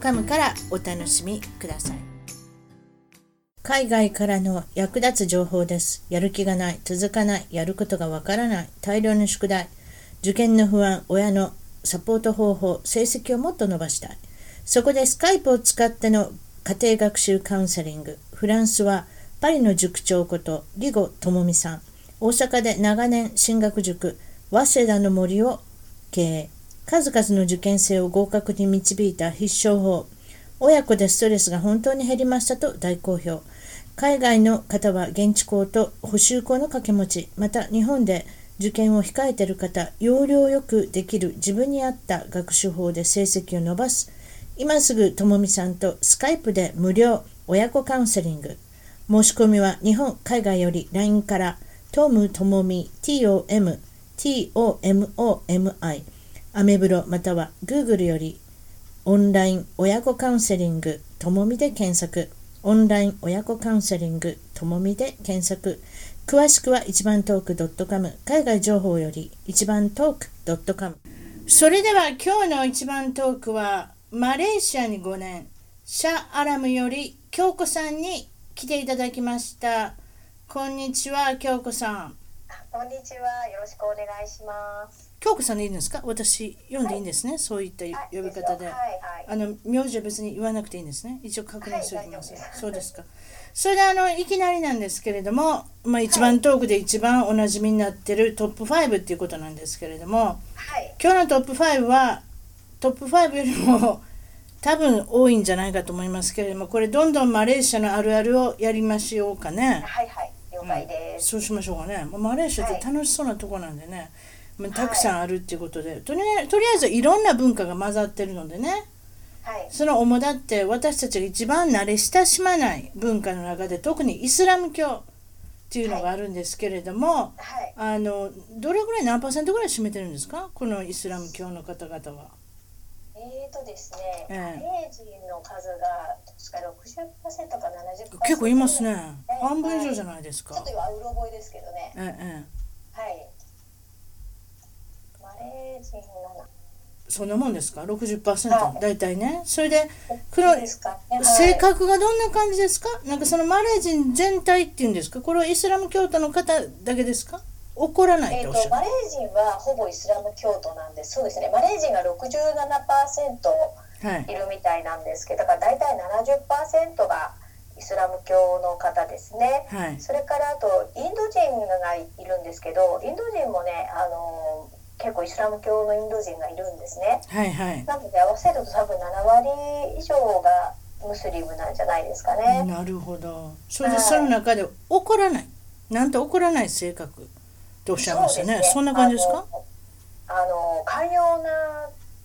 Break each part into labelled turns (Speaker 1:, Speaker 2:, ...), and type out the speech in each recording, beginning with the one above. Speaker 1: .com からお楽しみください海外からの役立つ情報です。やる気がない、続かない、やることがわからない、大量の宿題、受験の不安、親のサポート方法、成績をもっと伸ばしたい。そこでスカイプを使っての家庭学習カウンセリング、フランスはパリの塾長こと、リゴ智美さん、大阪で長年進学塾、早稲田の森を経営、数々の受験生を合格に導いた必勝法、親子でストレスが本当に減りましたと大好評。海外の方は現地校と補修校の掛け持ち、また日本で受験を控えている方、要領よくできる自分に合った学習法で成績を伸ばす。今すぐともみさんとスカイプで無料親子カウンセリング。申し込みは日本、海外より LINE から、トムともみ TOM、TOMOMI、アメブロまたは Google よりオンライン親子カウンセリングともみで検索。オンライン親子カウンセリングともみで検索。詳しくは一番トーク .com 海外情報より一番トーク .com それでは今日の一番トークはマレーシアに5年シャアラムより京子さんに来ていただきましたこんにちは京子さん
Speaker 2: こんにちは。よろしくお願いします。
Speaker 1: 京子さんでいいんですか私読んでいいんですね、そういった
Speaker 2: はい
Speaker 1: 呼び方で、
Speaker 2: はいはい
Speaker 1: あの名字は別に言わなくていいんですね一応確認しておきます、
Speaker 2: はい大丈夫です
Speaker 1: そうですかそれであのいきなりなんですけれども、まあ、一番トークで一番おなじみになってるトップ5っていうことなんですけれども
Speaker 2: はい。
Speaker 1: 今日のトップ5はトップ5よりも多分多いんじゃないかと思いますけれどもこれどんどんマレーシアのあるあるをやりましょうかね。
Speaker 2: はいはい。了解です。
Speaker 1: そうしましょうかね。まあマレーシアって楽しそうなとこなんでね、まあたくさんあるっていうことで、とりあえとりあえずいろんな文化が混ざってるのでね、
Speaker 2: はい。
Speaker 1: その主だって私たちが一番慣れ親しまない文化の中で、特にイスラム教っていうのがあるんですけれども、
Speaker 2: はい。
Speaker 1: あのどれぐらい何パーセントぐらい占めてるんですか、このイスラム教の方々は。
Speaker 2: えーとですね、
Speaker 1: ええ
Speaker 2: マレー人の数が確か60%か70%
Speaker 1: 結構いますね。
Speaker 2: い
Speaker 1: 半分以上じゃないです
Speaker 2: ちょ
Speaker 1: か
Speaker 2: っと。今うろ覚えですけどね。
Speaker 1: ええええ、
Speaker 2: はい。マレー人の
Speaker 1: そんなもんですか、
Speaker 2: は
Speaker 1: 60%
Speaker 2: い
Speaker 1: だいたいね。それでこ
Speaker 2: ど
Speaker 1: の
Speaker 2: うですかね。はい
Speaker 1: 性格がどんな感じですかなんかそのマレー人全体っていうんですかこれはイスラム教徒の方だけですか怒らない
Speaker 2: え
Speaker 1: ってお
Speaker 2: ー
Speaker 1: っし
Speaker 2: と
Speaker 1: ゃ
Speaker 2: マ
Speaker 1: る、
Speaker 2: レー人はほぼイスラム教徒なんです。そうですね。マレー人が67%。
Speaker 1: はい
Speaker 2: いるみたいなんですけどだから大体70%がイスラム教の方ですね、
Speaker 1: はい
Speaker 2: それからあとインド人がいるんですけどインド人もねあの結構イスラム教のインド人がいるんですね
Speaker 1: はいはい
Speaker 2: なので合わせると多分7割以上がムスリムなんじゃないですかね、
Speaker 1: なるほどそれで
Speaker 2: はい
Speaker 1: その中で怒らないなんと怒らない性格っておっしゃいましたねそんな感じですか
Speaker 2: あのあの寛容な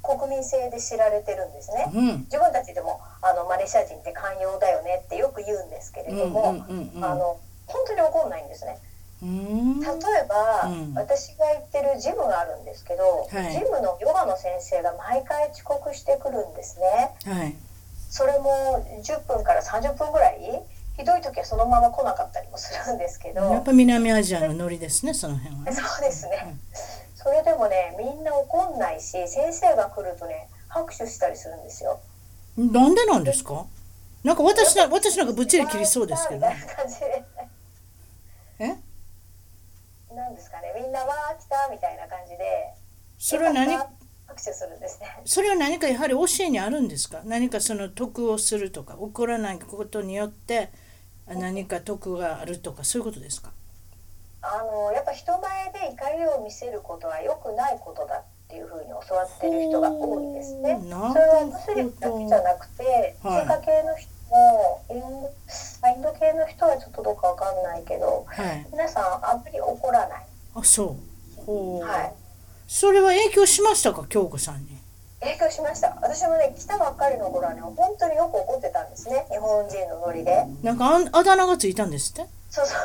Speaker 2: 国民性で知られてるんですね、
Speaker 1: うん
Speaker 2: 自分たちでもあのマレーシア人って寛容だよねってよく言うんですけれ
Speaker 1: う
Speaker 2: ど
Speaker 1: ん
Speaker 2: も、
Speaker 1: うんうん
Speaker 2: あの本当に怒んないんですね。
Speaker 1: うんう
Speaker 2: 例
Speaker 1: ーん
Speaker 2: えば、
Speaker 1: うん
Speaker 2: 私が行ってるジムがあるんですけど、
Speaker 1: はい
Speaker 2: ジムのヨガの先生が毎回遅刻してくるんですね。
Speaker 1: はい
Speaker 2: それも10分から30分ぐらい、ひどい時はそのまま来なかったりもするんですけど、
Speaker 1: やっぱ南アジアのノリですねその辺はね
Speaker 2: そうですね。それでもね、みんな怒んないし、先生が来るとね、拍手したりするんですよ。
Speaker 1: なんでなんですかなんか私な私なんかぶっちり切りそうですけど
Speaker 2: わー来たみたいな感じで。
Speaker 1: え
Speaker 2: なんですかね、みんなわー来たみたいな感じで。
Speaker 1: それは何
Speaker 2: よかった拍手するんですね。
Speaker 1: それは何かやはり教えにあるんですか何かその得をするとか怒らないことによってあ何か得があるとかそういうことですか
Speaker 2: あのやっぱ人前で怒りを見せることは良くないことだっていうふうに教わってる人が多いですね。
Speaker 1: ほう
Speaker 2: それ
Speaker 1: なるほど
Speaker 2: はムスリムだけじゃなくて、
Speaker 1: はい
Speaker 2: 中華系の人もインドあインド系の人はちょっとどうかわかんないけど、
Speaker 1: はい
Speaker 2: 皆さんあんまり怒らない。
Speaker 1: あそうほう、
Speaker 2: はい。
Speaker 1: それは影響しましたか京子さんに
Speaker 2: 影響しました。私もね来たばっかかりの頃はね本当によく怒ってたんですね日本人のノリで
Speaker 1: なんかあんあだ名がついたんですって
Speaker 2: そうそう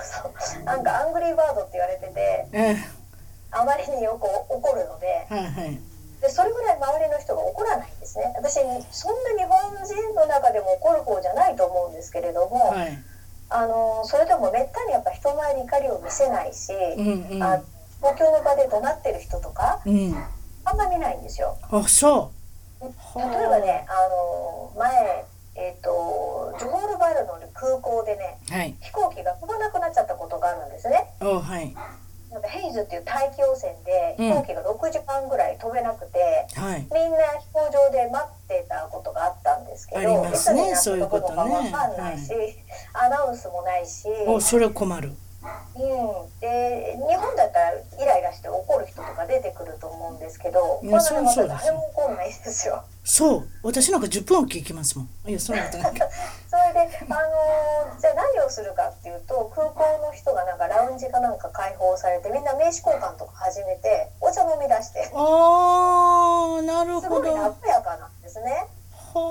Speaker 2: そうなんかアングリーバードって言われてて
Speaker 1: え
Speaker 2: あまりによく怒るので
Speaker 1: えはいはい
Speaker 2: でそれぐらい周りの人が怒らないんですね私そんな日本人の中でも怒る方じゃないと思うんですけれども、
Speaker 1: はい
Speaker 2: あのそれでもめったにやっぱ人前に怒りを見せないし、
Speaker 1: うんうん
Speaker 2: あ公共の場で怒鳴ってる人とか
Speaker 1: うん
Speaker 2: あんま見ないんですよ。
Speaker 1: あそ
Speaker 2: 例えばねあの前、えっとジョホールバルの空港でね
Speaker 1: うはい
Speaker 2: 飛行機が飛ばなくなっちゃったことがあるんですね。
Speaker 1: おはい
Speaker 2: なんかヘイズっていう大気汚染で
Speaker 1: うん
Speaker 2: 飛行機が6時間ぐらい飛べなくて、
Speaker 1: はい
Speaker 2: みんな飛行場で待ってたことがあったんですけど
Speaker 1: ありますね
Speaker 2: いつになったことかわかんないし
Speaker 1: そ
Speaker 2: アナウンスもないし、う
Speaker 1: おそれ困る
Speaker 2: ん、で日本だったらイライラして怒る人とか出てくると思うんですけどこ
Speaker 1: い
Speaker 2: れ
Speaker 1: や
Speaker 2: はねま
Speaker 1: そ
Speaker 2: た
Speaker 1: うそうです
Speaker 2: 誰
Speaker 1: よ
Speaker 2: も怒んないんですよ。
Speaker 1: そう私なんか10分おき行きますもんいやそんなことない
Speaker 2: それで、あのーじゃあ何をするかっていうと空港の人がなんかラウンジかなんか開放されてみんな名刺交換とか始めてお茶飲み出して
Speaker 1: あーなる
Speaker 2: す
Speaker 1: ほ
Speaker 2: ごい
Speaker 1: ど
Speaker 2: 和やかなんですね。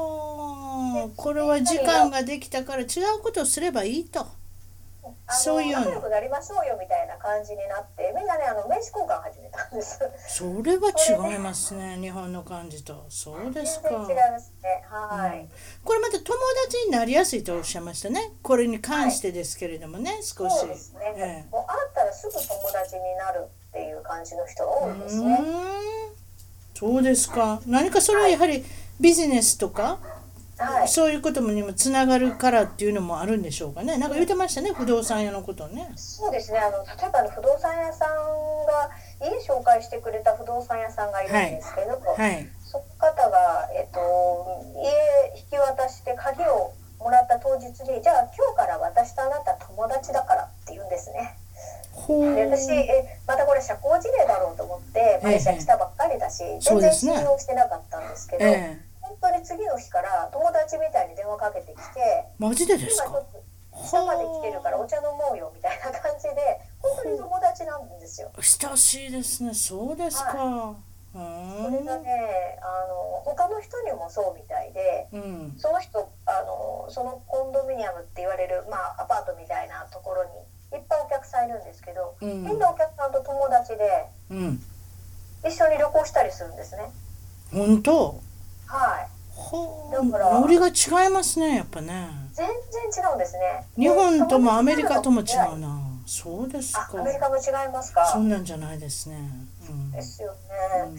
Speaker 1: はあこれは時間ができたから違うことをすればいいと
Speaker 2: あの
Speaker 1: そういうの
Speaker 2: 仲良くなりましょうよみたいな感じになってみんなねあの名刺交換始めたんです
Speaker 1: それは違いますね日本の感じとそうですか
Speaker 2: 全然違いますねはい、
Speaker 1: これまた友達になりやすいとおっしゃいましたねこれに関してですけれどもね、少し
Speaker 2: そうですね、
Speaker 1: ええ
Speaker 2: もう会ったらすぐ友達になるっていう感じの人が多いです
Speaker 1: うー
Speaker 2: ね、
Speaker 1: んそうですか何かそれはやはりビジネスとか、
Speaker 2: はい
Speaker 1: そういうことにもつながるからっていうのもあるんでしょうかねなんか言ってましたね不動産屋のことね
Speaker 2: そうですねあの例えばあの不動産屋さんが家紹介してくれた不動産屋さんがいるんですけど、
Speaker 1: はい
Speaker 2: その方が、えっと、家引き渡して鍵をもらった当日にじゃあ今日から私とあなた友達だからって言うんですね。
Speaker 1: ほ
Speaker 2: で私
Speaker 1: う
Speaker 2: えまたこれ社交辞令だろうと思ってマレーシア来たばっかりだし、
Speaker 1: そう
Speaker 2: 全
Speaker 1: で
Speaker 2: 然
Speaker 1: すね
Speaker 2: 信用してなかったんですけど
Speaker 1: ええ
Speaker 2: 本当に次の日から友達みたいに電話かけてきて
Speaker 1: マジでで
Speaker 2: 今
Speaker 1: す
Speaker 2: ち
Speaker 1: か
Speaker 2: ょっと下まで来てるからお茶飲もうよみたいな感じで本当に友達なんですよ。
Speaker 1: 親しいですねそうですか、う
Speaker 2: それ
Speaker 1: ー
Speaker 2: が
Speaker 1: ん
Speaker 2: ねあの他の人にもそうみたいで。
Speaker 1: うん
Speaker 2: その人あのそのコンドミニアムって言われる、まあ、アパートみたいなところにいっぱいお客さんいるんですけど、
Speaker 1: うん
Speaker 2: みんなお客さんと友達で
Speaker 1: うん
Speaker 2: 一緒に旅行したりするんですね
Speaker 1: 本当
Speaker 2: はい
Speaker 1: ほ
Speaker 2: だ
Speaker 1: う
Speaker 2: から
Speaker 1: ノリが違いますねやっぱね
Speaker 2: 全然違うんですね
Speaker 1: 日本ともアメリカとも違う
Speaker 2: う
Speaker 1: なそうです
Speaker 2: あ
Speaker 1: か
Speaker 2: アメリカも違いますか
Speaker 1: そんなんじゃないですね、うん
Speaker 2: ですよね、
Speaker 1: うん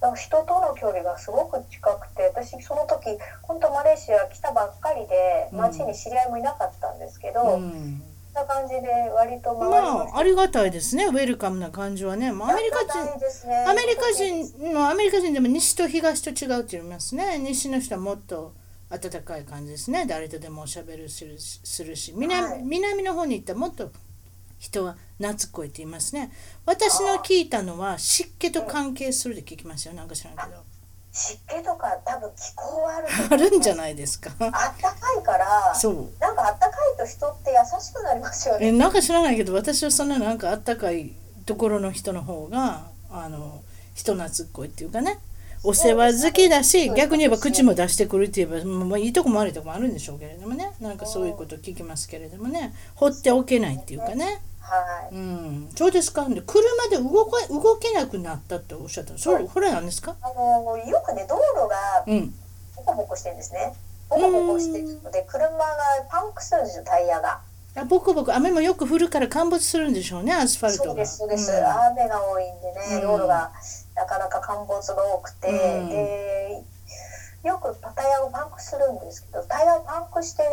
Speaker 2: だから人との距離がすごく近くて私その時本当マレーシア来たばっかりで
Speaker 1: うん
Speaker 2: 街に知り合いもいなかったんですけど、
Speaker 1: う
Speaker 2: こん
Speaker 1: ん
Speaker 2: な感じで割と周
Speaker 1: ま
Speaker 2: りの人
Speaker 1: あありがたいですねウェルカムな感じはねまあアメリカ
Speaker 2: ありがたい
Speaker 1: 人
Speaker 2: ですね
Speaker 1: アメリカ人のアメリカ人でも西と東と違うって言いますね西の人はもっと暖かい感じですね誰とでもおしゃべりするしするし南,、
Speaker 2: はい
Speaker 1: 南の方に行ったらもっと人は夏っこいって言いますね私の聞いたのは湿気と関係するって聞きますよなんか知らんけど
Speaker 2: 湿気とか多分気候はある
Speaker 1: あるんじゃ
Speaker 2: ない
Speaker 1: ないですか
Speaker 2: あったかいから
Speaker 1: そう
Speaker 2: なんかあったかいと人って優しくなりますよね
Speaker 1: えなんか知らないけど私はそんななんかあったかいところの人の方があの人懐っこいっていうかねお世話好きだし
Speaker 2: そうですね
Speaker 1: 逆に言えば口も出してくるって言えばもういいとこも悪いとこもあるんでしょうけれどもねなんかそういうこと聞きますけれどもね放っておけないっていうかね、
Speaker 2: はい
Speaker 1: うん、そうですかで車で動け動けなくなったっておっしゃったそれこれなんですか
Speaker 2: あのよくね道路が
Speaker 1: うん
Speaker 2: ボコボコしてるんですねボコボコしてるので車がパンクするんですよタイヤが
Speaker 1: あボコボコ雨もよく降るから陥没するんでしょうねアスファルトが
Speaker 2: そうですそうです、
Speaker 1: うん
Speaker 2: 雨が多いんでね、
Speaker 1: うん
Speaker 2: 道路がなかなか陥没が多くて、
Speaker 1: うん
Speaker 2: でよくタイヤをパンクするんですけどタイヤをパンクしてね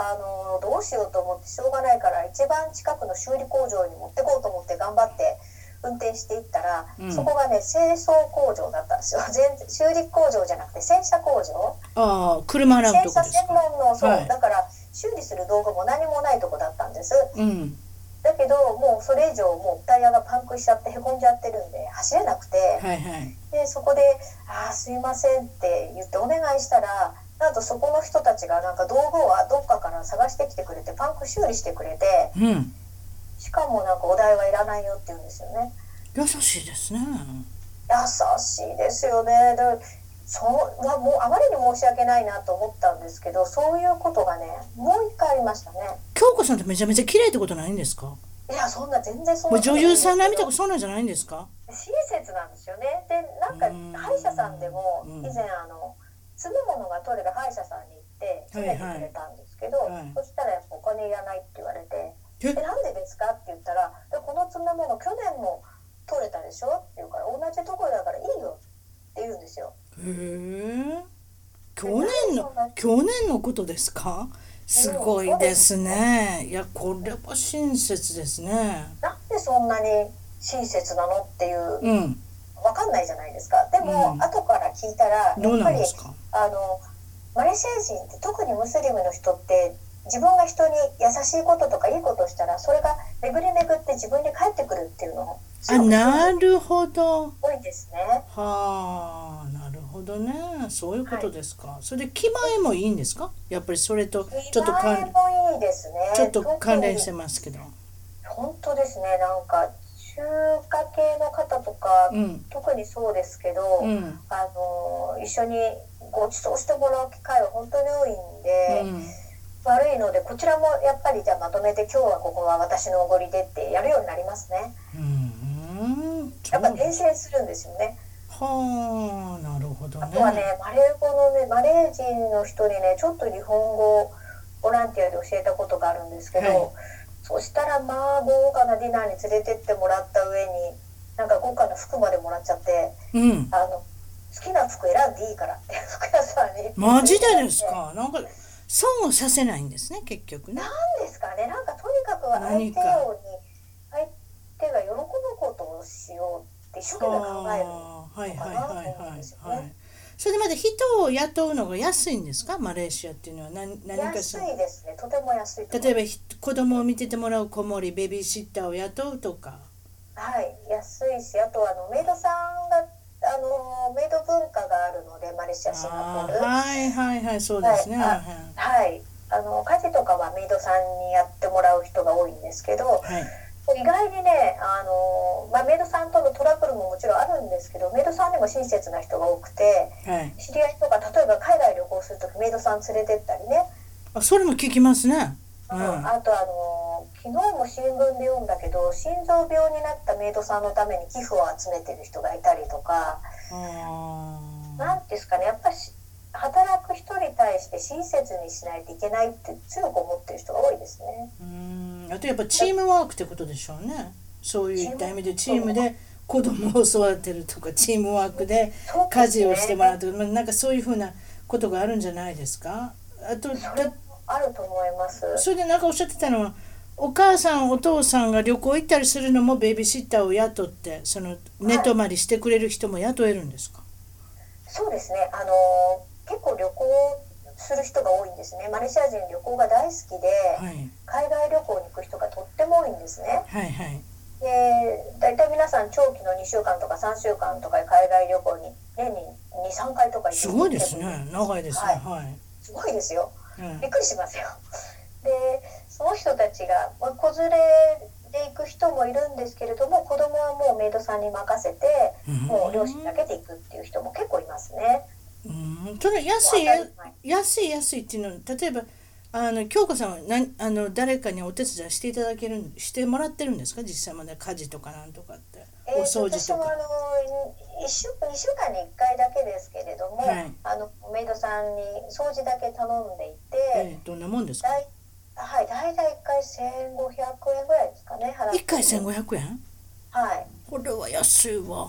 Speaker 2: あのどうしようと思ってしょうがないから一番近くの修理工場に持ってこうと思って頑張って運転していったら、
Speaker 1: うん
Speaker 2: そこがね清掃工場だったんですよ全修理工場じゃなくて洗車工場
Speaker 1: ああ車洗う
Speaker 2: 洗
Speaker 1: とこ
Speaker 2: 車
Speaker 1: です
Speaker 2: 専
Speaker 1: か、
Speaker 2: 門のそう、
Speaker 1: はい
Speaker 2: だから修理する道具も何もないとこだったんです。
Speaker 1: うん、
Speaker 2: だけどもうそれ以上もうタイヤがパンクしちゃってへこんじゃってるんで走れなくて、
Speaker 1: はいはい
Speaker 2: でそこで「ああすいません」って言ってお願いしたらなんとそこの人たちがなんか道具をどっかから探してきてくれてパンク修理してくれて
Speaker 1: うん
Speaker 2: しかもなんかお代はいらないよって言うんですよね
Speaker 1: 優しいですね。
Speaker 2: 優しいですよねでそうはもうあまりに申し訳ないなと思ったんですけどそういうことがねもう一回ありましたね
Speaker 1: 京子さんってめちゃめちゃ綺麗ってことないんですか
Speaker 2: いやそんな全然そん
Speaker 1: も
Speaker 2: な
Speaker 1: う
Speaker 2: こ
Speaker 1: 女
Speaker 2: とないで
Speaker 1: 優
Speaker 2: す
Speaker 1: さん並み
Speaker 2: け
Speaker 1: と
Speaker 2: ど
Speaker 1: かそうなんじゃないんですか
Speaker 2: 親切なんですよねでなんか
Speaker 1: うん
Speaker 2: 歯医者さんでも
Speaker 1: うん
Speaker 2: 以前あの詰め物が取れる歯医者さんに行って詰めてくれたんですけど、
Speaker 1: はいはい
Speaker 2: そしたらやっぱお金いらないって言われて「
Speaker 1: え
Speaker 2: えなんでですか?」って言ったら「でこの詰め物去年も取れたでしょ?」って言うから「同じところだからいいよ」って言うんですよ。
Speaker 1: へえ去年の
Speaker 2: なんで
Speaker 1: 去年のことですかすごいですねいやこれは親切ですね
Speaker 2: なんでそんなに親切なのっていう
Speaker 1: うん
Speaker 2: わかんないじゃないですか。でも、
Speaker 1: うん
Speaker 2: 後から聞いたらや
Speaker 1: どう
Speaker 2: っ
Speaker 1: な
Speaker 2: ぱ
Speaker 1: ん
Speaker 2: り
Speaker 1: ですか
Speaker 2: あのマレーシア人って特にムスリムの人って自分が人に優しいこととかいいことをしたらそれが巡り巡って自分に返ってくるっていうのもす
Speaker 1: あ
Speaker 2: ごく
Speaker 1: なるほど
Speaker 2: 多いですね。
Speaker 1: はあなるほどねそういうことですか、それで気前もいいんですかやっぱりそれとちょっと
Speaker 2: か
Speaker 1: 関
Speaker 2: もいいですね。
Speaker 1: ちょっと関連して
Speaker 2: 特に
Speaker 1: ますけど
Speaker 2: 本当ですね。なんか中華系の方とか、
Speaker 1: うん
Speaker 2: 特にそうですけど、
Speaker 1: うん
Speaker 2: あの一緒にご馳走してもらう機会は本当に多いんで。
Speaker 1: うん
Speaker 2: 悪いのでこちらもやっぱりじゃあまとめて今日はここは私のおごりでってやるようになりますね
Speaker 1: うんうんそ
Speaker 2: や
Speaker 1: う
Speaker 2: っぱ伝染するんですよね
Speaker 1: はあなるほど
Speaker 2: あ
Speaker 1: ね
Speaker 2: とはねマレー語のねマレー人の人にねちょっと日本語をボランティアで教えたことがあるんですけど、
Speaker 1: はい
Speaker 2: そしたらまあ豪華なディナーに連れてってもらった上になんか豪華な服までもらっちゃって
Speaker 1: うん
Speaker 2: あの好きな服選んでいいからって 服屋さんに
Speaker 1: マジでですかなんか損をさせないんですね結局ね
Speaker 2: なんですかねなんかとにかくは相手
Speaker 1: 何
Speaker 2: に
Speaker 1: か
Speaker 2: 相手が喜ぶことをしようって一生懸命考える
Speaker 1: はあはいはいはいはいは
Speaker 2: ね
Speaker 1: いそれでまた人を雇うのが安いんですかマレーシアっていうのは何何かし
Speaker 2: 安
Speaker 1: ら
Speaker 2: いですねとても安いと思います
Speaker 1: 例えばひ子供を見ててもらう子守ベビーシッターを雇うとか
Speaker 2: はい安いしあとあのメイドさんがあのメイド文化があるのでマレーシアシンガ
Speaker 1: あ
Speaker 2: ポ
Speaker 1: ー
Speaker 2: ール
Speaker 1: はいはいはいそうですね、
Speaker 2: はいあ
Speaker 1: は
Speaker 2: はいあの家事とかはメイドさんにやってもらう人が多いんですけど
Speaker 1: いはい
Speaker 2: 意外にねあの、まあ、メイドさんとのトラブルももちろんあるんですけどメイドさんにも親切な人が多くて
Speaker 1: はい
Speaker 2: 知り合いとか例えば海外旅行する時メイドさん連れてったりね、
Speaker 1: あそれも聞きますねう、
Speaker 2: うんん
Speaker 1: は
Speaker 2: あとあのー昨日も新聞で読んだけど心臓病になったメイドさんのために寄付を集めてる人がいたりとか
Speaker 1: あ
Speaker 2: 何ですかねやっぱし働く人に対して親切にしないといけないって強く思ってる人が多いですね。
Speaker 1: うんあとやっぱチームワークってことでしょうねそういう意味でチ
Speaker 2: チー
Speaker 1: ーム
Speaker 2: ム
Speaker 1: で子供を育てるとかチームワークで
Speaker 2: そう
Speaker 1: 家
Speaker 2: です
Speaker 1: 事
Speaker 2: ね
Speaker 1: をしてもらうとか、まあなんかそういうふうなことがあるんじゃないですかあと
Speaker 2: それも
Speaker 1: だ
Speaker 2: あると思います。
Speaker 1: それでなんかおっしゃってたのはお母さんお父さんが旅行行ったりするのもベビーシッターを雇ってその寝泊まりしてくれる人も雇えるんですか、
Speaker 2: そうですね。あのー結構旅行する人が多いんですね。マレーシア人旅行が大好きで、
Speaker 1: はい、
Speaker 2: 海外旅行に行く人がとっても多いんですね。
Speaker 1: はいはい
Speaker 2: で大体皆さん長期の2週間とか3週間とか海外旅行に年に23回とか行って
Speaker 1: すごいですね長いですねは
Speaker 2: すごいですよ
Speaker 1: い、うん
Speaker 2: びっくりしますよでその人たちがまあ子連れで行く人もいるんですけれども子供はもうメイドさんに任せて
Speaker 1: うん
Speaker 2: もう両親だけで行くっていう人も結構いますね
Speaker 1: うんそれ安い
Speaker 2: もう当たり前
Speaker 1: 安い安いっていうのは例えばあの京子さんは何あの誰かにお手伝いしていただけるしてもらってるんですか実際まで家事とかなんとかって、お掃除
Speaker 2: 私
Speaker 1: と
Speaker 2: もあ
Speaker 1: か。
Speaker 2: の1週2週間に1回だけですけれども、
Speaker 1: はい
Speaker 2: あのメイドさんに掃除だけ頼んでいて、
Speaker 1: えーどんなもんですか
Speaker 2: だいはい、大体1回1500円ぐらいですかね、払って
Speaker 1: 1回1500円
Speaker 2: はい、
Speaker 1: これは安いわ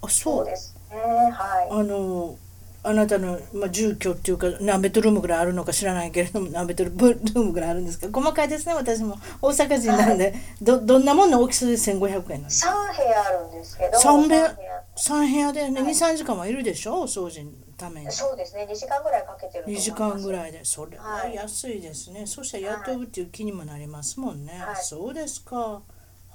Speaker 1: あそ
Speaker 2: そううですね、は
Speaker 1: あのあなたの、まあ、住居っていうか何ベッドルームぐらいあるのか知らないけれども何ベッドルームぐらいあるんですか細かいですね私も大阪人なん で、どどんなもんの大きさで1500円なんで
Speaker 2: い。
Speaker 1: す
Speaker 2: 3部屋あるんですけど、
Speaker 1: 三部屋
Speaker 2: 三
Speaker 1: 3部屋で、ね
Speaker 2: はい
Speaker 1: 23時間はいるでしょお掃除のために
Speaker 2: そうですね、2時間ぐらいかけてると思い
Speaker 1: 2
Speaker 2: ます。
Speaker 1: 時間ぐ
Speaker 2: い。
Speaker 1: らいでそれは
Speaker 2: はい
Speaker 1: 安いですね、そしたら雇うっていう気にもなりますもんね、
Speaker 2: はい
Speaker 1: そうですかは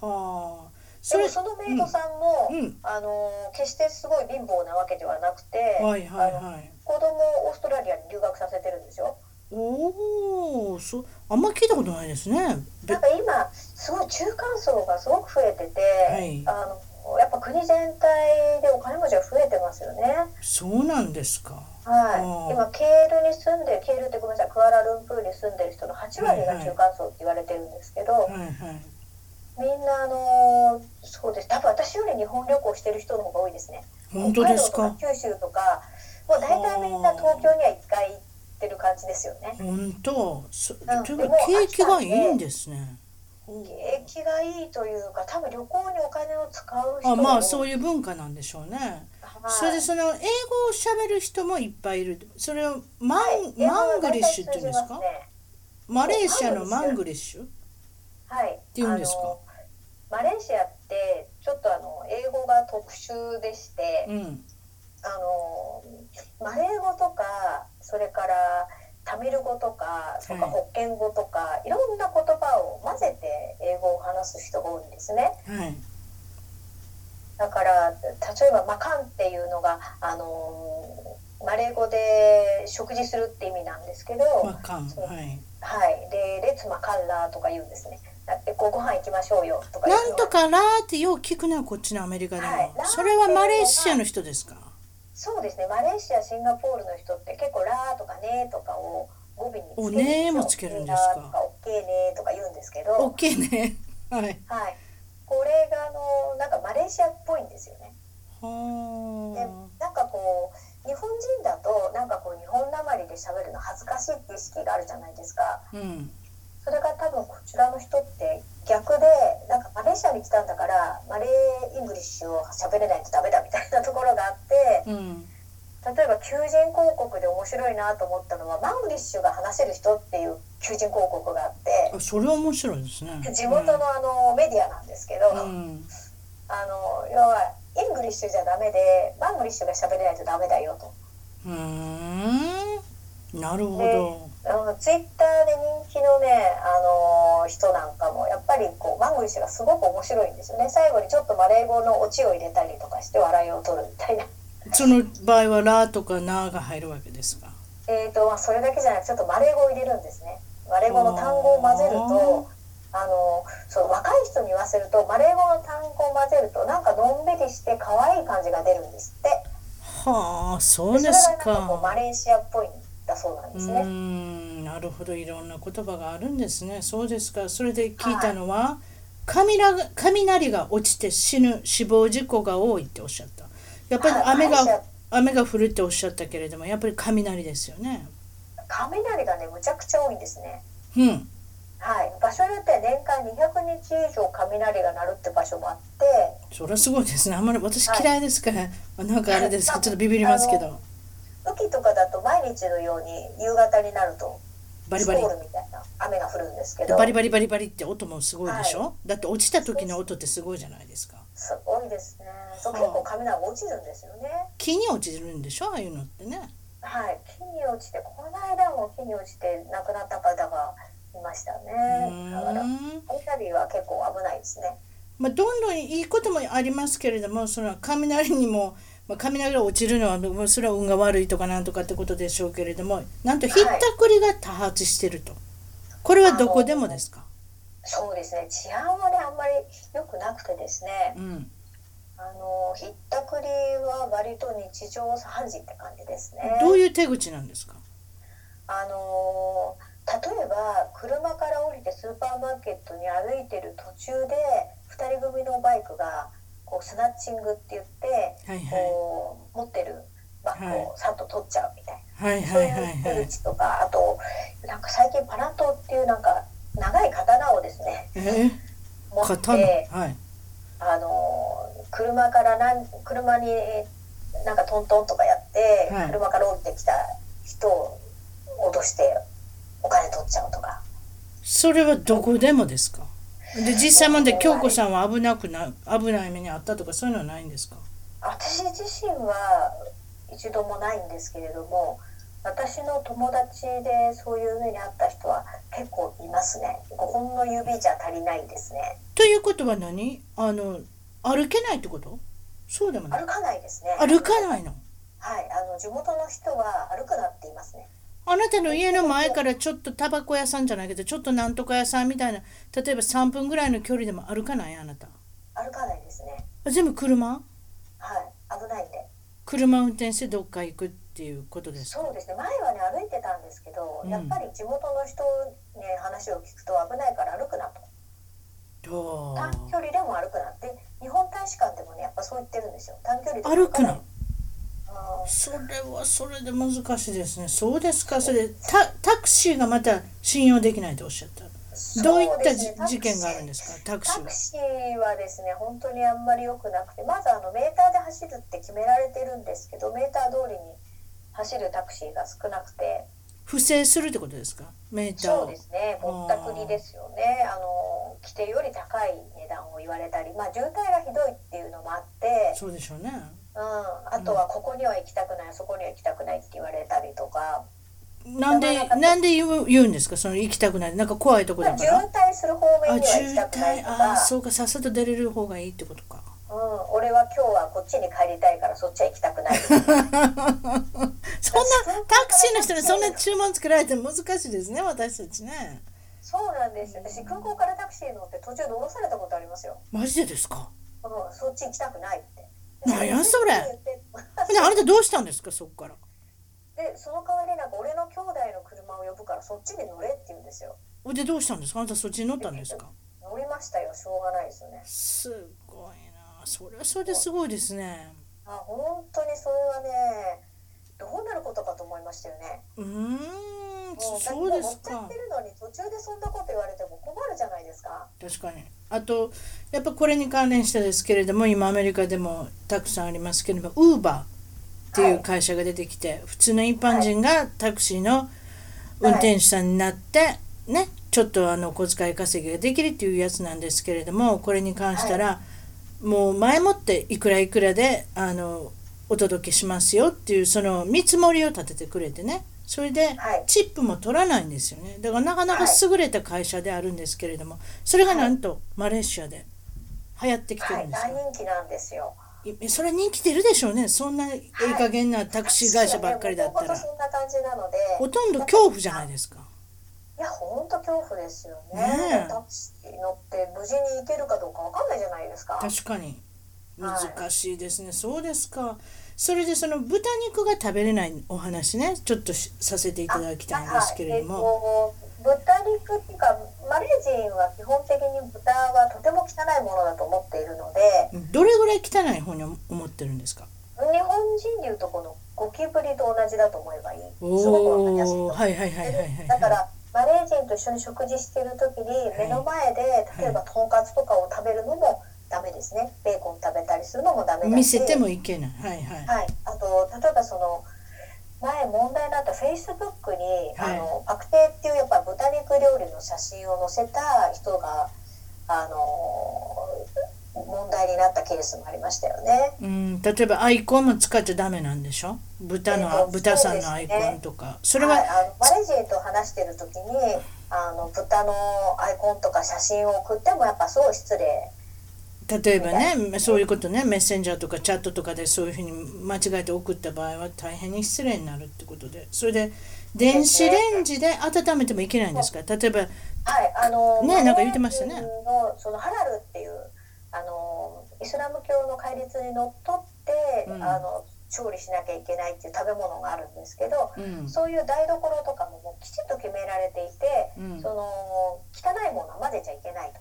Speaker 1: あそ
Speaker 2: で
Speaker 1: れ
Speaker 2: もそのメイドさんも、
Speaker 1: うんうん
Speaker 2: あの決してすごい貧乏なわけではなくて、
Speaker 1: はいはい
Speaker 2: あの
Speaker 1: はい
Speaker 2: 子供をオーストラリアに留学させてるんですよ。
Speaker 1: おおそあんま聞いたことないですねべ
Speaker 2: なんか今すごい中間層がすごく増えてて、
Speaker 1: い
Speaker 2: あのやっぱ国全体でお金持ちが増えてますよね。
Speaker 1: そうなんですか。
Speaker 2: はい、今ケールに住んでケールってごめんなさいクアラルンプールに住んでる人の8割が中間層って言われてるんですけど、
Speaker 1: はいはい。
Speaker 2: みんなあのーそうです多分私より日本旅行してる人の方が多いですね
Speaker 1: 本当ですか。
Speaker 2: 北海道とか九州とかもう大体みんな東京には1回行ってる感じですよね
Speaker 1: 本当。そ
Speaker 2: ん
Speaker 1: というか景気がいいんですね。
Speaker 2: 景気がいいというか多分旅行にお金を使う人
Speaker 1: あまあそう
Speaker 2: い
Speaker 1: い
Speaker 2: う、
Speaker 1: う文化なんでしょうね。
Speaker 2: はい、
Speaker 1: それでその英語を喋る人もいっぱいいる。それをマン、
Speaker 2: はい
Speaker 1: マングリッシュっていうんですか。マレーシアのマ
Speaker 2: マ
Speaker 1: ン
Speaker 2: ン
Speaker 1: グリッシュ。
Speaker 2: はい。
Speaker 1: ていうんですか
Speaker 2: あのマレーシアってちょっとあの英語が特殊でして、
Speaker 1: うん。
Speaker 2: あのマレー語とかそれからタミル語とかそれから
Speaker 1: はい
Speaker 2: ホッケン語とか、い、ろんな言葉を混ぜて英語を話す人が多いんですね。
Speaker 1: はい。
Speaker 2: だから例えばマカンっていうのがあのマレー語で食事するって意味なんですけど、
Speaker 1: まあかん。はい。
Speaker 2: はい、でレッツマカンラーとか言うんですね。だってこうご飯行きましょうよとか言う
Speaker 1: なんとかラーってよう聞くなこっちのアメリカで
Speaker 2: はい
Speaker 1: も。それはマレーシアの人ですか。
Speaker 2: そうですねマレーシアシンガポールの人って結構「ラー」とか「ね」とかを語尾に
Speaker 1: お
Speaker 2: つける
Speaker 1: ねーもつけるんですか
Speaker 2: ラーとか「オッケーね」とか言うんですけ
Speaker 1: オッ
Speaker 2: ど、
Speaker 1: ケーね。はい。
Speaker 2: はい、これがあのなんかマレーシアっぽいんですよね。で
Speaker 1: は
Speaker 2: なんかこう日本人だとなんかこう日本なまりで喋るの恥ずかしいって意識があるじゃないですか。
Speaker 1: あ。うん。
Speaker 2: それが多分こちらの人って逆でなんかマレーシアに来たんだからマレーイングリッシュを喋れないとダメだみたいなところがあって。
Speaker 1: うん。
Speaker 2: 例えば求人広告で面白いなと思ったのはマングリッシュが話せる人っていう求人広告があって
Speaker 1: あそれは面白いですね。
Speaker 2: 地元のあのメディアなんですけど、
Speaker 1: うん。
Speaker 2: あの要はイングリッシュじゃダメでマングリッシュが喋れないとダメだよと。
Speaker 1: うーん。なるほ
Speaker 2: ツイッターで人気のね、あの人なんかもやっぱりこうマングリッシュがすごく面白いんですよね最後にちょっとマレー語のオチを入れたりとかして笑いを取るみたいな、
Speaker 1: ど。その場合はラーとかナーが入るわけですか。
Speaker 2: えーとまあ、それだけじゃなくちょっとマレー語を入れるんですねマレー語の単語を混ぜるとあのそう若い人に言わせるとマレー語の単語を混ぜるとなんかのんびりして可愛い感じが出るんですって
Speaker 1: はあ、そう
Speaker 2: でそ
Speaker 1: で
Speaker 2: れ
Speaker 1: す
Speaker 2: がなんかこうマ
Speaker 1: か。
Speaker 2: レーシアっぽいんだそうなん
Speaker 1: う
Speaker 2: ですね、
Speaker 1: ーん、なるほど、いろんな言葉があるんですね。そうですか。それで聞いたのは、雷が雷が落ちて死ぬ死亡事故が多いっておっしゃった。やっぱり
Speaker 2: はい
Speaker 1: 雨
Speaker 2: はい
Speaker 1: が雨が降るっておっしゃったけれども、やっぱり雷ですよね。
Speaker 2: 雷がねむちゃくちゃ多いんですね
Speaker 1: うん。
Speaker 2: はい場所によっては年間200日以上雷が鳴るって場所もあって
Speaker 1: それはすごいですね。あんまり私嫌いですから、なんかあれですけど、ちょっとビビりますけど、
Speaker 2: 雨季とかだと毎日のように夕方になると
Speaker 1: バリ
Speaker 2: ス
Speaker 1: バ
Speaker 2: コ
Speaker 1: リ。
Speaker 2: ールみたいな雨が降るんですけ
Speaker 1: で
Speaker 2: ど
Speaker 1: バリバリバリバリって音もすごいでしょ、
Speaker 2: は
Speaker 1: だって落ちた時の音ってすごいじゃないですか
Speaker 2: すごいですね。そう
Speaker 1: はあ
Speaker 2: 結構雷が落ちるんですよね。
Speaker 1: 木に落ちるんでしょああいうのってね
Speaker 2: はい、木に落ちて、この間も木に落ちて亡くなった方がいました
Speaker 1: う
Speaker 2: ね。だから、
Speaker 1: ーん
Speaker 2: 雷は結構危ないですね。
Speaker 1: まあどんどんいいこともありますけれどもその雷にも、まあ、雷が落ちるのはもうそれは運が悪いとかなんとかってことでしょうけれどもなんとひったくりが多発してると、これはどこでもですか
Speaker 2: そうですね。治安はね、あんまり良くなくてですね
Speaker 1: う。ん
Speaker 2: あの、ひったくりは割と日常茶飯事って感じですね。
Speaker 1: どういう手口なんですか
Speaker 2: あの例えば車から降りてスーパーマーケットに歩いてる途中で2人組のバイクがこうスナッチングって言って、
Speaker 1: はいはい
Speaker 2: こう持ってるバッグをさっと取っちゃうみた
Speaker 1: は
Speaker 2: い
Speaker 1: い
Speaker 2: な、
Speaker 1: はいはい
Speaker 2: そう
Speaker 1: は
Speaker 2: いう
Speaker 1: い
Speaker 2: 手口とかあとなんか最近パラトっていうなんか長い刀をですね
Speaker 1: え
Speaker 2: 持っ
Speaker 1: 刀
Speaker 2: て
Speaker 1: はい
Speaker 2: あの車からなん車になんかトントンとかやって、
Speaker 1: はい
Speaker 2: 車から降りてきた人を脅してお金取っちゃうとか
Speaker 1: それはどこでもですかで実際問題京子さんは危なくな危ない目にあったとかそういうのはないんですか
Speaker 2: 私自身は一度もないんですけれども私の友達でそういう目に遭った人は結構いますね5本の指じゃ足りないですね
Speaker 1: ということは何あの歩けないってことそうでもない
Speaker 2: 歩かないですね
Speaker 1: 歩か
Speaker 2: い
Speaker 1: ないの
Speaker 2: はいあの地元の人は歩くなって言いますね
Speaker 1: あなたの家の前からちょっとタバコ屋さんじゃないけどちょっとなんとか屋さんみたいな例えば3分ぐらいの距離でも歩かないあなた
Speaker 2: 歩かないですね
Speaker 1: あ全部車
Speaker 2: はい、危ないんで。
Speaker 1: 車運転してどっか行くっていうことですか
Speaker 2: そうですね前はね歩いてたんですけど、
Speaker 1: うん
Speaker 2: やっぱり地元の人ね話を聞くと危ないから歩くなと
Speaker 1: ど
Speaker 2: 短
Speaker 1: う
Speaker 2: 距離でも歩くなって日本大使館でもねやっぱそう言ってるんですよ短距離でも
Speaker 1: 歩くな
Speaker 2: うん
Speaker 1: それはそれで難しいですねそうですかそれタタクシーがまた信用できないとおっしゃったどういっ
Speaker 2: そ
Speaker 1: た
Speaker 2: です
Speaker 1: じ
Speaker 2: ねタクシ
Speaker 1: 事
Speaker 2: ー
Speaker 1: 件があるんですかタクシ
Speaker 2: タ
Speaker 1: ーは
Speaker 2: クシーはですね本当にあんまり良くなくてまずあのメーターで走るって決められてるんですけどメーター通りに走るタクシーが少なくて
Speaker 1: 不正するってことですかメーター
Speaker 2: そう
Speaker 1: を
Speaker 2: ですねぼったくりですよねあの規定より高い値段を言われたり、まあ、渋滞がひどいっていうのもあって、
Speaker 1: そうでしょうね
Speaker 2: うん、あとはここには行きたくないあそこには行きたくないって言われたりとか、
Speaker 1: なんで
Speaker 2: なかなか
Speaker 1: なんで言う言うんですかその行きたくないなんか怖いとこ
Speaker 2: ま
Speaker 1: だ
Speaker 2: あ、
Speaker 1: か
Speaker 2: 渋
Speaker 1: ら
Speaker 2: 滞する方面
Speaker 1: あ
Speaker 2: には
Speaker 1: 渋
Speaker 2: 行きたくない
Speaker 1: 滞
Speaker 2: と
Speaker 1: あ
Speaker 2: か
Speaker 1: あ。そうかさっさと出れる方がいいってことか
Speaker 2: うん、俺は今日はこっちに帰りたいからそっちは行きたくないとか
Speaker 1: そんなタクシーの人にそんな注文つけられても難しいですね私たちね
Speaker 2: そうなんですよ私空港からタクシー乗って途中で降ろされたことありますよ、
Speaker 1: マジでですか
Speaker 2: うん、そっち行きたくないって
Speaker 1: なんやそれ
Speaker 2: で
Speaker 1: であなたどうしたんですかそこから
Speaker 2: でその代わりなんか俺の兄弟の車を呼ぶからそっちで乗れって言うんですよ
Speaker 1: ほんでどうしたんですかあなたそっちに乗ったんですか
Speaker 2: 乗りましたよしょうがないですよね
Speaker 1: すごいなそれはそれですごいですね
Speaker 2: あ本当にそれはねどうなることかと思いましたよね
Speaker 1: うーん
Speaker 2: もうだって
Speaker 1: そうです
Speaker 2: もう乗っちゃっ
Speaker 1: か
Speaker 2: てるのに途中でそんなこと言われても困るじゃないですか
Speaker 1: 確かにあとやっぱこれに関連してですけれども今アメリカでもたくさんありますけれどもウーバーっていう会社が出てきて、普通の一般人がタクシーの運転手さんになって、ねちょっとあの小遣い稼ぎができるっていうやつなんですけれどもこれに関したら、もう前もっていくらいくらであのお届けしますよっていうその見積もりを立ててくれてねそれで
Speaker 2: はい
Speaker 1: チップも取らないんですよねだからなかなか
Speaker 2: はい
Speaker 1: 優れた会社であるんですけれどもそれがなんとマレーシアで流行ってきて
Speaker 2: は
Speaker 1: る
Speaker 2: い
Speaker 1: んです
Speaker 2: 大
Speaker 1: よ、
Speaker 2: 人気なんですよ
Speaker 1: いそれ人気出るでしょうねそんないい加減なタクシー会社ばっかりだった
Speaker 2: もう
Speaker 1: ら
Speaker 2: 本当そんな感じなので
Speaker 1: ほとんど恐怖じゃないですか
Speaker 2: いや本当恐怖ですよね
Speaker 1: ねえ
Speaker 2: タクシー乗って無事に行けるかどうかわかんないじゃないですか
Speaker 1: 確かに
Speaker 2: はい
Speaker 1: 難しいですね、そうですかそれでその豚肉が食べれないお話ねちょっとしさせていただきたいんですけれども
Speaker 2: はいえっと、豚肉っていうかマレー人は基本的に豚はとても汚いものだと思っているので
Speaker 1: どれぐらい汚い方に思ってるんですか
Speaker 2: 日本人でいうとこのゴキブリと同じだと思えばいいすごくわかりやすい
Speaker 1: お
Speaker 2: と
Speaker 1: お
Speaker 2: 思う
Speaker 1: はいはいはいはいはい
Speaker 2: だからマレー人と一緒に食事している時に目の前で例えばとんかつとかを食べるのもダメですねベーコン食べたりするのもダメだし
Speaker 1: 見せてもいけないはいはい
Speaker 2: はい、あと例えばその前問題になったフェイスブックに、
Speaker 1: はい
Speaker 2: あのパクテっていうやっぱ豚肉料理の写真を載せた人があの問題になったケースもありましたよね。
Speaker 1: うん例えばアイコンも使っちゃダメなんでしょ豚
Speaker 2: えっ
Speaker 1: の
Speaker 2: と
Speaker 1: 豚さんの
Speaker 2: そう
Speaker 1: ア
Speaker 2: で
Speaker 1: イ
Speaker 2: すね
Speaker 1: コンとかそれ
Speaker 2: は、
Speaker 1: はい
Speaker 2: あのマレー人と話してる時にあの豚のアイコンとか写真を送ってもやっぱすごい失礼。
Speaker 1: 例えばねそういうことねメッセンジャーとかチャットとかでそういうふうに間違えて送った場合は大変に失礼になるってことでそれで電子レンジで温めてもいけないんですか例えば
Speaker 2: はい、あの
Speaker 1: ね
Speaker 2: マレー
Speaker 1: なんか言ってましたね
Speaker 2: 人のそのハラルっていうあのイスラム教の戒律にのっとって、
Speaker 1: うん
Speaker 2: あの調理しなきゃいけないっていう食べ物があるんですけど、
Speaker 1: うん
Speaker 2: そういう台所とかももうきちっと決められていて、
Speaker 1: うん
Speaker 2: その汚いものは混ぜちゃいけないと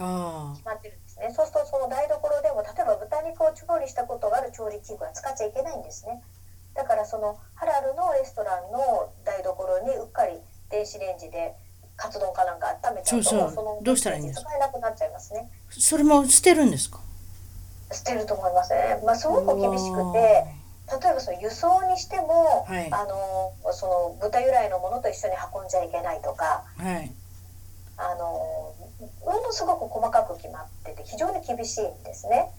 Speaker 1: あ
Speaker 2: 決まってるんですね。そうするとその台所でも例えば豚肉を調理したことがある調理器具は使っちゃいけないんですね。だからそのハラルのレストランの台所にうっかり電子レンジでカツ丼かなんか温めちゃうと
Speaker 1: そうそう
Speaker 2: もの
Speaker 1: どうしたらいいんですか
Speaker 2: 使えなくなっちゃいますね。
Speaker 1: あそれも捨てるんですか
Speaker 2: 捨てると思いますね。まあすごく厳しく
Speaker 1: うわ
Speaker 2: て。例えばその輸送にしても、
Speaker 1: はい
Speaker 2: あのその豚由来のものと一緒に運んじゃいけないとか
Speaker 1: ーはい
Speaker 2: あのものすごく細かく決まってて非常に厳しいんですね。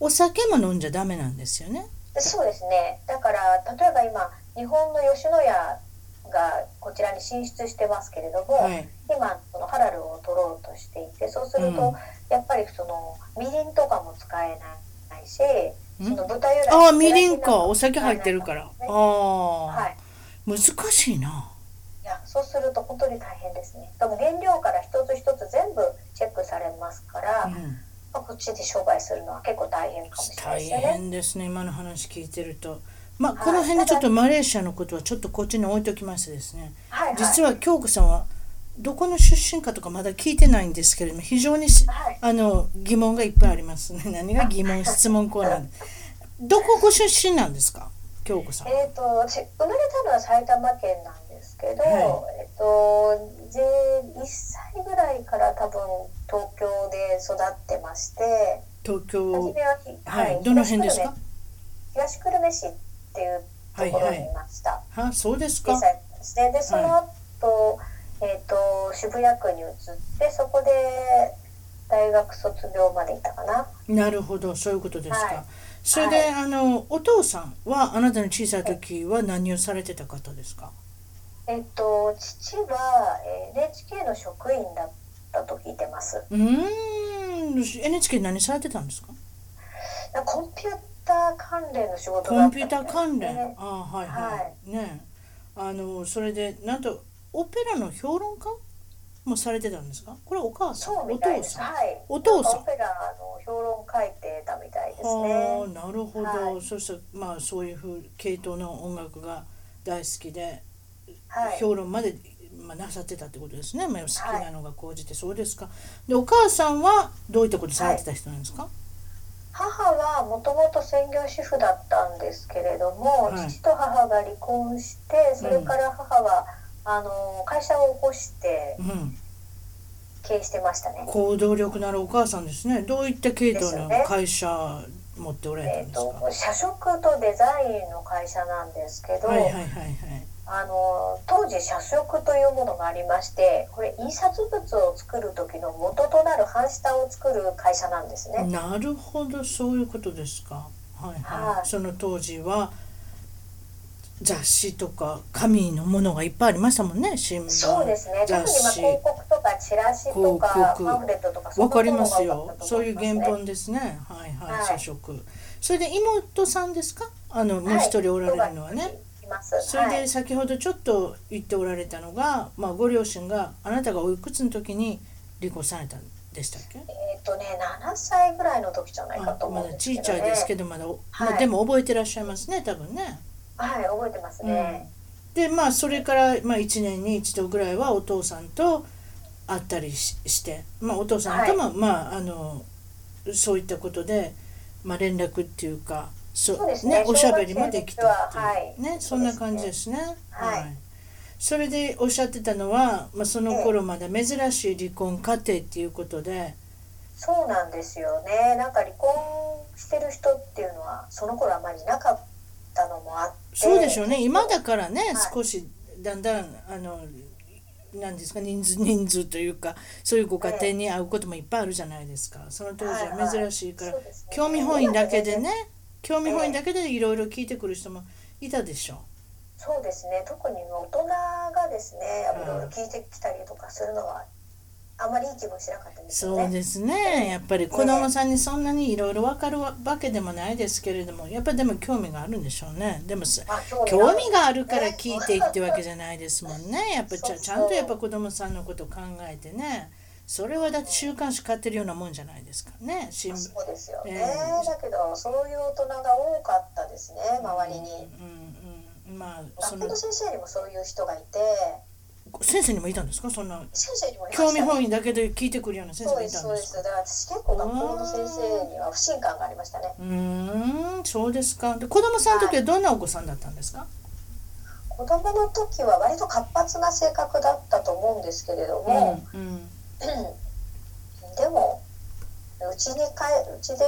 Speaker 1: お酒も飲んじゃダメなんですよね
Speaker 2: そうですね。だから例えば今日本の吉野家がこちらに進出してますけれども、
Speaker 1: はい
Speaker 2: 今そのハラルを取ろうとしていて、そうする
Speaker 1: うん
Speaker 2: とやっぱりそのみりんとかも使えないし、
Speaker 1: ん
Speaker 2: その豚由来
Speaker 1: ああみりんかお酒入ってるからあ
Speaker 2: は
Speaker 1: あ
Speaker 2: い。
Speaker 1: 難しいない
Speaker 2: やそうすると本当に大変ですね。でも原料から一つ一つ全部チェックされますから、
Speaker 1: うん
Speaker 2: まあこっちで商売するのは結構大変かもしれない
Speaker 1: 大
Speaker 2: ですよね。
Speaker 1: 変ですね今の話聞いてるとまあ
Speaker 2: い
Speaker 1: この辺でちょっとマレーシアのことはちょっとこっちに置いときますですね
Speaker 2: はいはい。
Speaker 1: 実は京子さんはどこの出身かとかまだ聞いてないんですけれども非常にし
Speaker 2: はい
Speaker 1: あの疑問がいっぱいありますね 何が疑問質問コーナーでどこご出身なんですか京子さん
Speaker 2: えー、と私生まれたのは埼玉県なんですけど、
Speaker 1: は
Speaker 2: えー、とで1歳ぐらいから多分東京で育ってまして
Speaker 1: 東
Speaker 2: 初
Speaker 1: 京
Speaker 2: めはひ、
Speaker 1: はいどの辺ですか
Speaker 2: 東久留米市っていうところにいました、
Speaker 1: あそうです
Speaker 2: 小
Speaker 1: か
Speaker 2: さい頃ですねでその後、えっ、と渋谷区に移ってそこで大学卒業までいたかな
Speaker 1: なるほどそういうことですか、
Speaker 2: はい
Speaker 1: それで、
Speaker 2: はい
Speaker 1: あのお父さんはあなたの小さい時は何をされてた方ですか
Speaker 2: えっ、と父はえー NHK の職員だったと聞いてます
Speaker 1: うーん NHK 何されてたんですか
Speaker 2: コンピューター関連の仕事
Speaker 1: コ
Speaker 2: だった
Speaker 1: ン
Speaker 2: み
Speaker 1: ピ
Speaker 2: た
Speaker 1: ュー
Speaker 2: いで
Speaker 1: タ
Speaker 2: す
Speaker 1: ー関連、
Speaker 2: ね
Speaker 1: あはいはい、
Speaker 2: は
Speaker 1: ねあのそれでなんとオペラの評論家もされてたんですかこれお母さん
Speaker 2: そう
Speaker 1: お
Speaker 2: みたい
Speaker 1: 父
Speaker 2: です
Speaker 1: さん、
Speaker 2: はい
Speaker 1: お父さん
Speaker 2: なんかオペラの評論書いてたみたいです
Speaker 1: あ
Speaker 2: ね
Speaker 1: あなるほど、
Speaker 2: はい
Speaker 1: そしてまあそういう風系統の音楽が大好きで、
Speaker 2: はい
Speaker 1: 評論まで、まあ、なさってたってことですね、まあ、好きなのが高じて、そうですかでお母さんはどういったことされてた人なんですか、
Speaker 2: 母はもともと専業主婦だったんですけれども、
Speaker 1: はい
Speaker 2: 父と母が離婚してそれから母は、あの会社を起こして
Speaker 1: うん
Speaker 2: 経営してましたね。
Speaker 1: 行動力のあるお母さんですねどういった系統
Speaker 2: ですよ
Speaker 1: の
Speaker 2: ね
Speaker 1: 会社持っておられた
Speaker 2: え
Speaker 1: ん
Speaker 2: ー、
Speaker 1: です
Speaker 2: と
Speaker 1: か、
Speaker 2: 社食とデザインの会社なんですけど、
Speaker 1: はいはいはいはい
Speaker 2: あの当時社食というものがありましてこれ印刷物を作る時の元となる半下を作る会社なんですね。
Speaker 1: なるほどそういうことですか。はいはい。
Speaker 2: はい
Speaker 1: その当時は雑誌とか紙のものがいっぱいありましたもんね新聞
Speaker 2: そうですね特にまあ
Speaker 1: 雑誌。
Speaker 2: 広告とかチラシと
Speaker 1: 広
Speaker 2: か
Speaker 1: 告
Speaker 2: パンフレットとかそう
Speaker 1: わ
Speaker 2: いうも
Speaker 1: か
Speaker 2: の
Speaker 1: り
Speaker 2: が
Speaker 1: ま
Speaker 2: 多か
Speaker 1: す
Speaker 2: ったと思い
Speaker 1: よ。そういう
Speaker 2: ますね
Speaker 1: 原本ですね。はいはい、
Speaker 2: はい
Speaker 1: 社食。それで妹さんですかあのもう
Speaker 2: はい
Speaker 1: 一人おられるのはね。。
Speaker 2: います
Speaker 1: それ
Speaker 2: は
Speaker 1: で
Speaker 2: い
Speaker 1: 先ほどちょっと言っておられたのが、まあ、ご両親があなたがおいくつの時に離婚されたんでしたっけ
Speaker 2: えっとね、7歳ぐらいの時じゃないかと
Speaker 1: あま
Speaker 2: 思うん
Speaker 1: だ
Speaker 2: ですけ
Speaker 1: ち
Speaker 2: ど、
Speaker 1: い
Speaker 2: ね、
Speaker 1: ちゃいですけどまだ、おま
Speaker 2: は
Speaker 1: あ、
Speaker 2: い
Speaker 1: でも覚えてらっしゃいますね多分ね。
Speaker 2: はい覚えてますね、
Speaker 1: でまあそれから、まあ、1年に一度ぐらいはお父さんと会ったりしして、まあ、お父さんとも、まああのそういったことで、まあ、連絡っていうかそ
Speaker 2: そうですね
Speaker 1: おしゃべりもできたっていう
Speaker 2: 小学生の時ははい
Speaker 1: ねそんな感じですね。
Speaker 2: はい
Speaker 1: それでおっしゃってたのは、まあ、その頃まだ珍しい離婚家庭っていうことで、
Speaker 2: そうなんですよねなんか離婚してる人っていうのはその頃あまりいなかったのもあって
Speaker 1: そうでしょうね今だからね、
Speaker 2: い
Speaker 1: 少しだんだんあのなんですか人数 人数というかそういうご家庭に会うこともいっぱいあるじゃないですかその当時は珍しいから、
Speaker 2: はいはいそうですね
Speaker 1: 興味本位だけでね興味
Speaker 2: ね
Speaker 1: 本位だけでいろいろ聞いてくる人もいたでしょ
Speaker 2: そうですね特に大人がですね
Speaker 1: うん
Speaker 2: いろいろ聞いてきたりとかするのはあまりいい気分しなかったん
Speaker 1: う
Speaker 2: ですよ
Speaker 1: そう
Speaker 2: ね
Speaker 1: ですねやっぱり子供さんにそんなにいろいろ分かるわわけでもないですけれどもやっぱりでも興味があるんでしょうねでもす
Speaker 2: あ
Speaker 1: 興味
Speaker 2: が
Speaker 1: があるから聞いていってわけじゃないですもんねやっぱちゃちゃんとやっぱ子供さんのこと考えてねそれはだって週刊誌買ってるようなもんじゃないですからね新聞
Speaker 2: そうですよね、
Speaker 1: ええ
Speaker 2: だけどそういう大人が多かったですね周りに、
Speaker 1: うんうんまあそ
Speaker 2: 学校
Speaker 1: の
Speaker 2: の先生にもそういう人がいて
Speaker 1: 先生にもいたんですかそんな
Speaker 2: 先生にもいました
Speaker 1: 興味本位だけで聞いてくるような先生
Speaker 2: そう
Speaker 1: が
Speaker 2: で
Speaker 1: い
Speaker 2: す
Speaker 1: たん
Speaker 2: そ
Speaker 1: で
Speaker 2: うですす
Speaker 1: か
Speaker 2: だから私結構学校の先生には不信感がありましたね
Speaker 1: うーんそうですかで子供さんの時はどんなお子さんだったんですか、
Speaker 2: 子供の時は割と活発な性格だったと思うんですけれども、
Speaker 1: うんうん、
Speaker 2: でもうちにかいうちで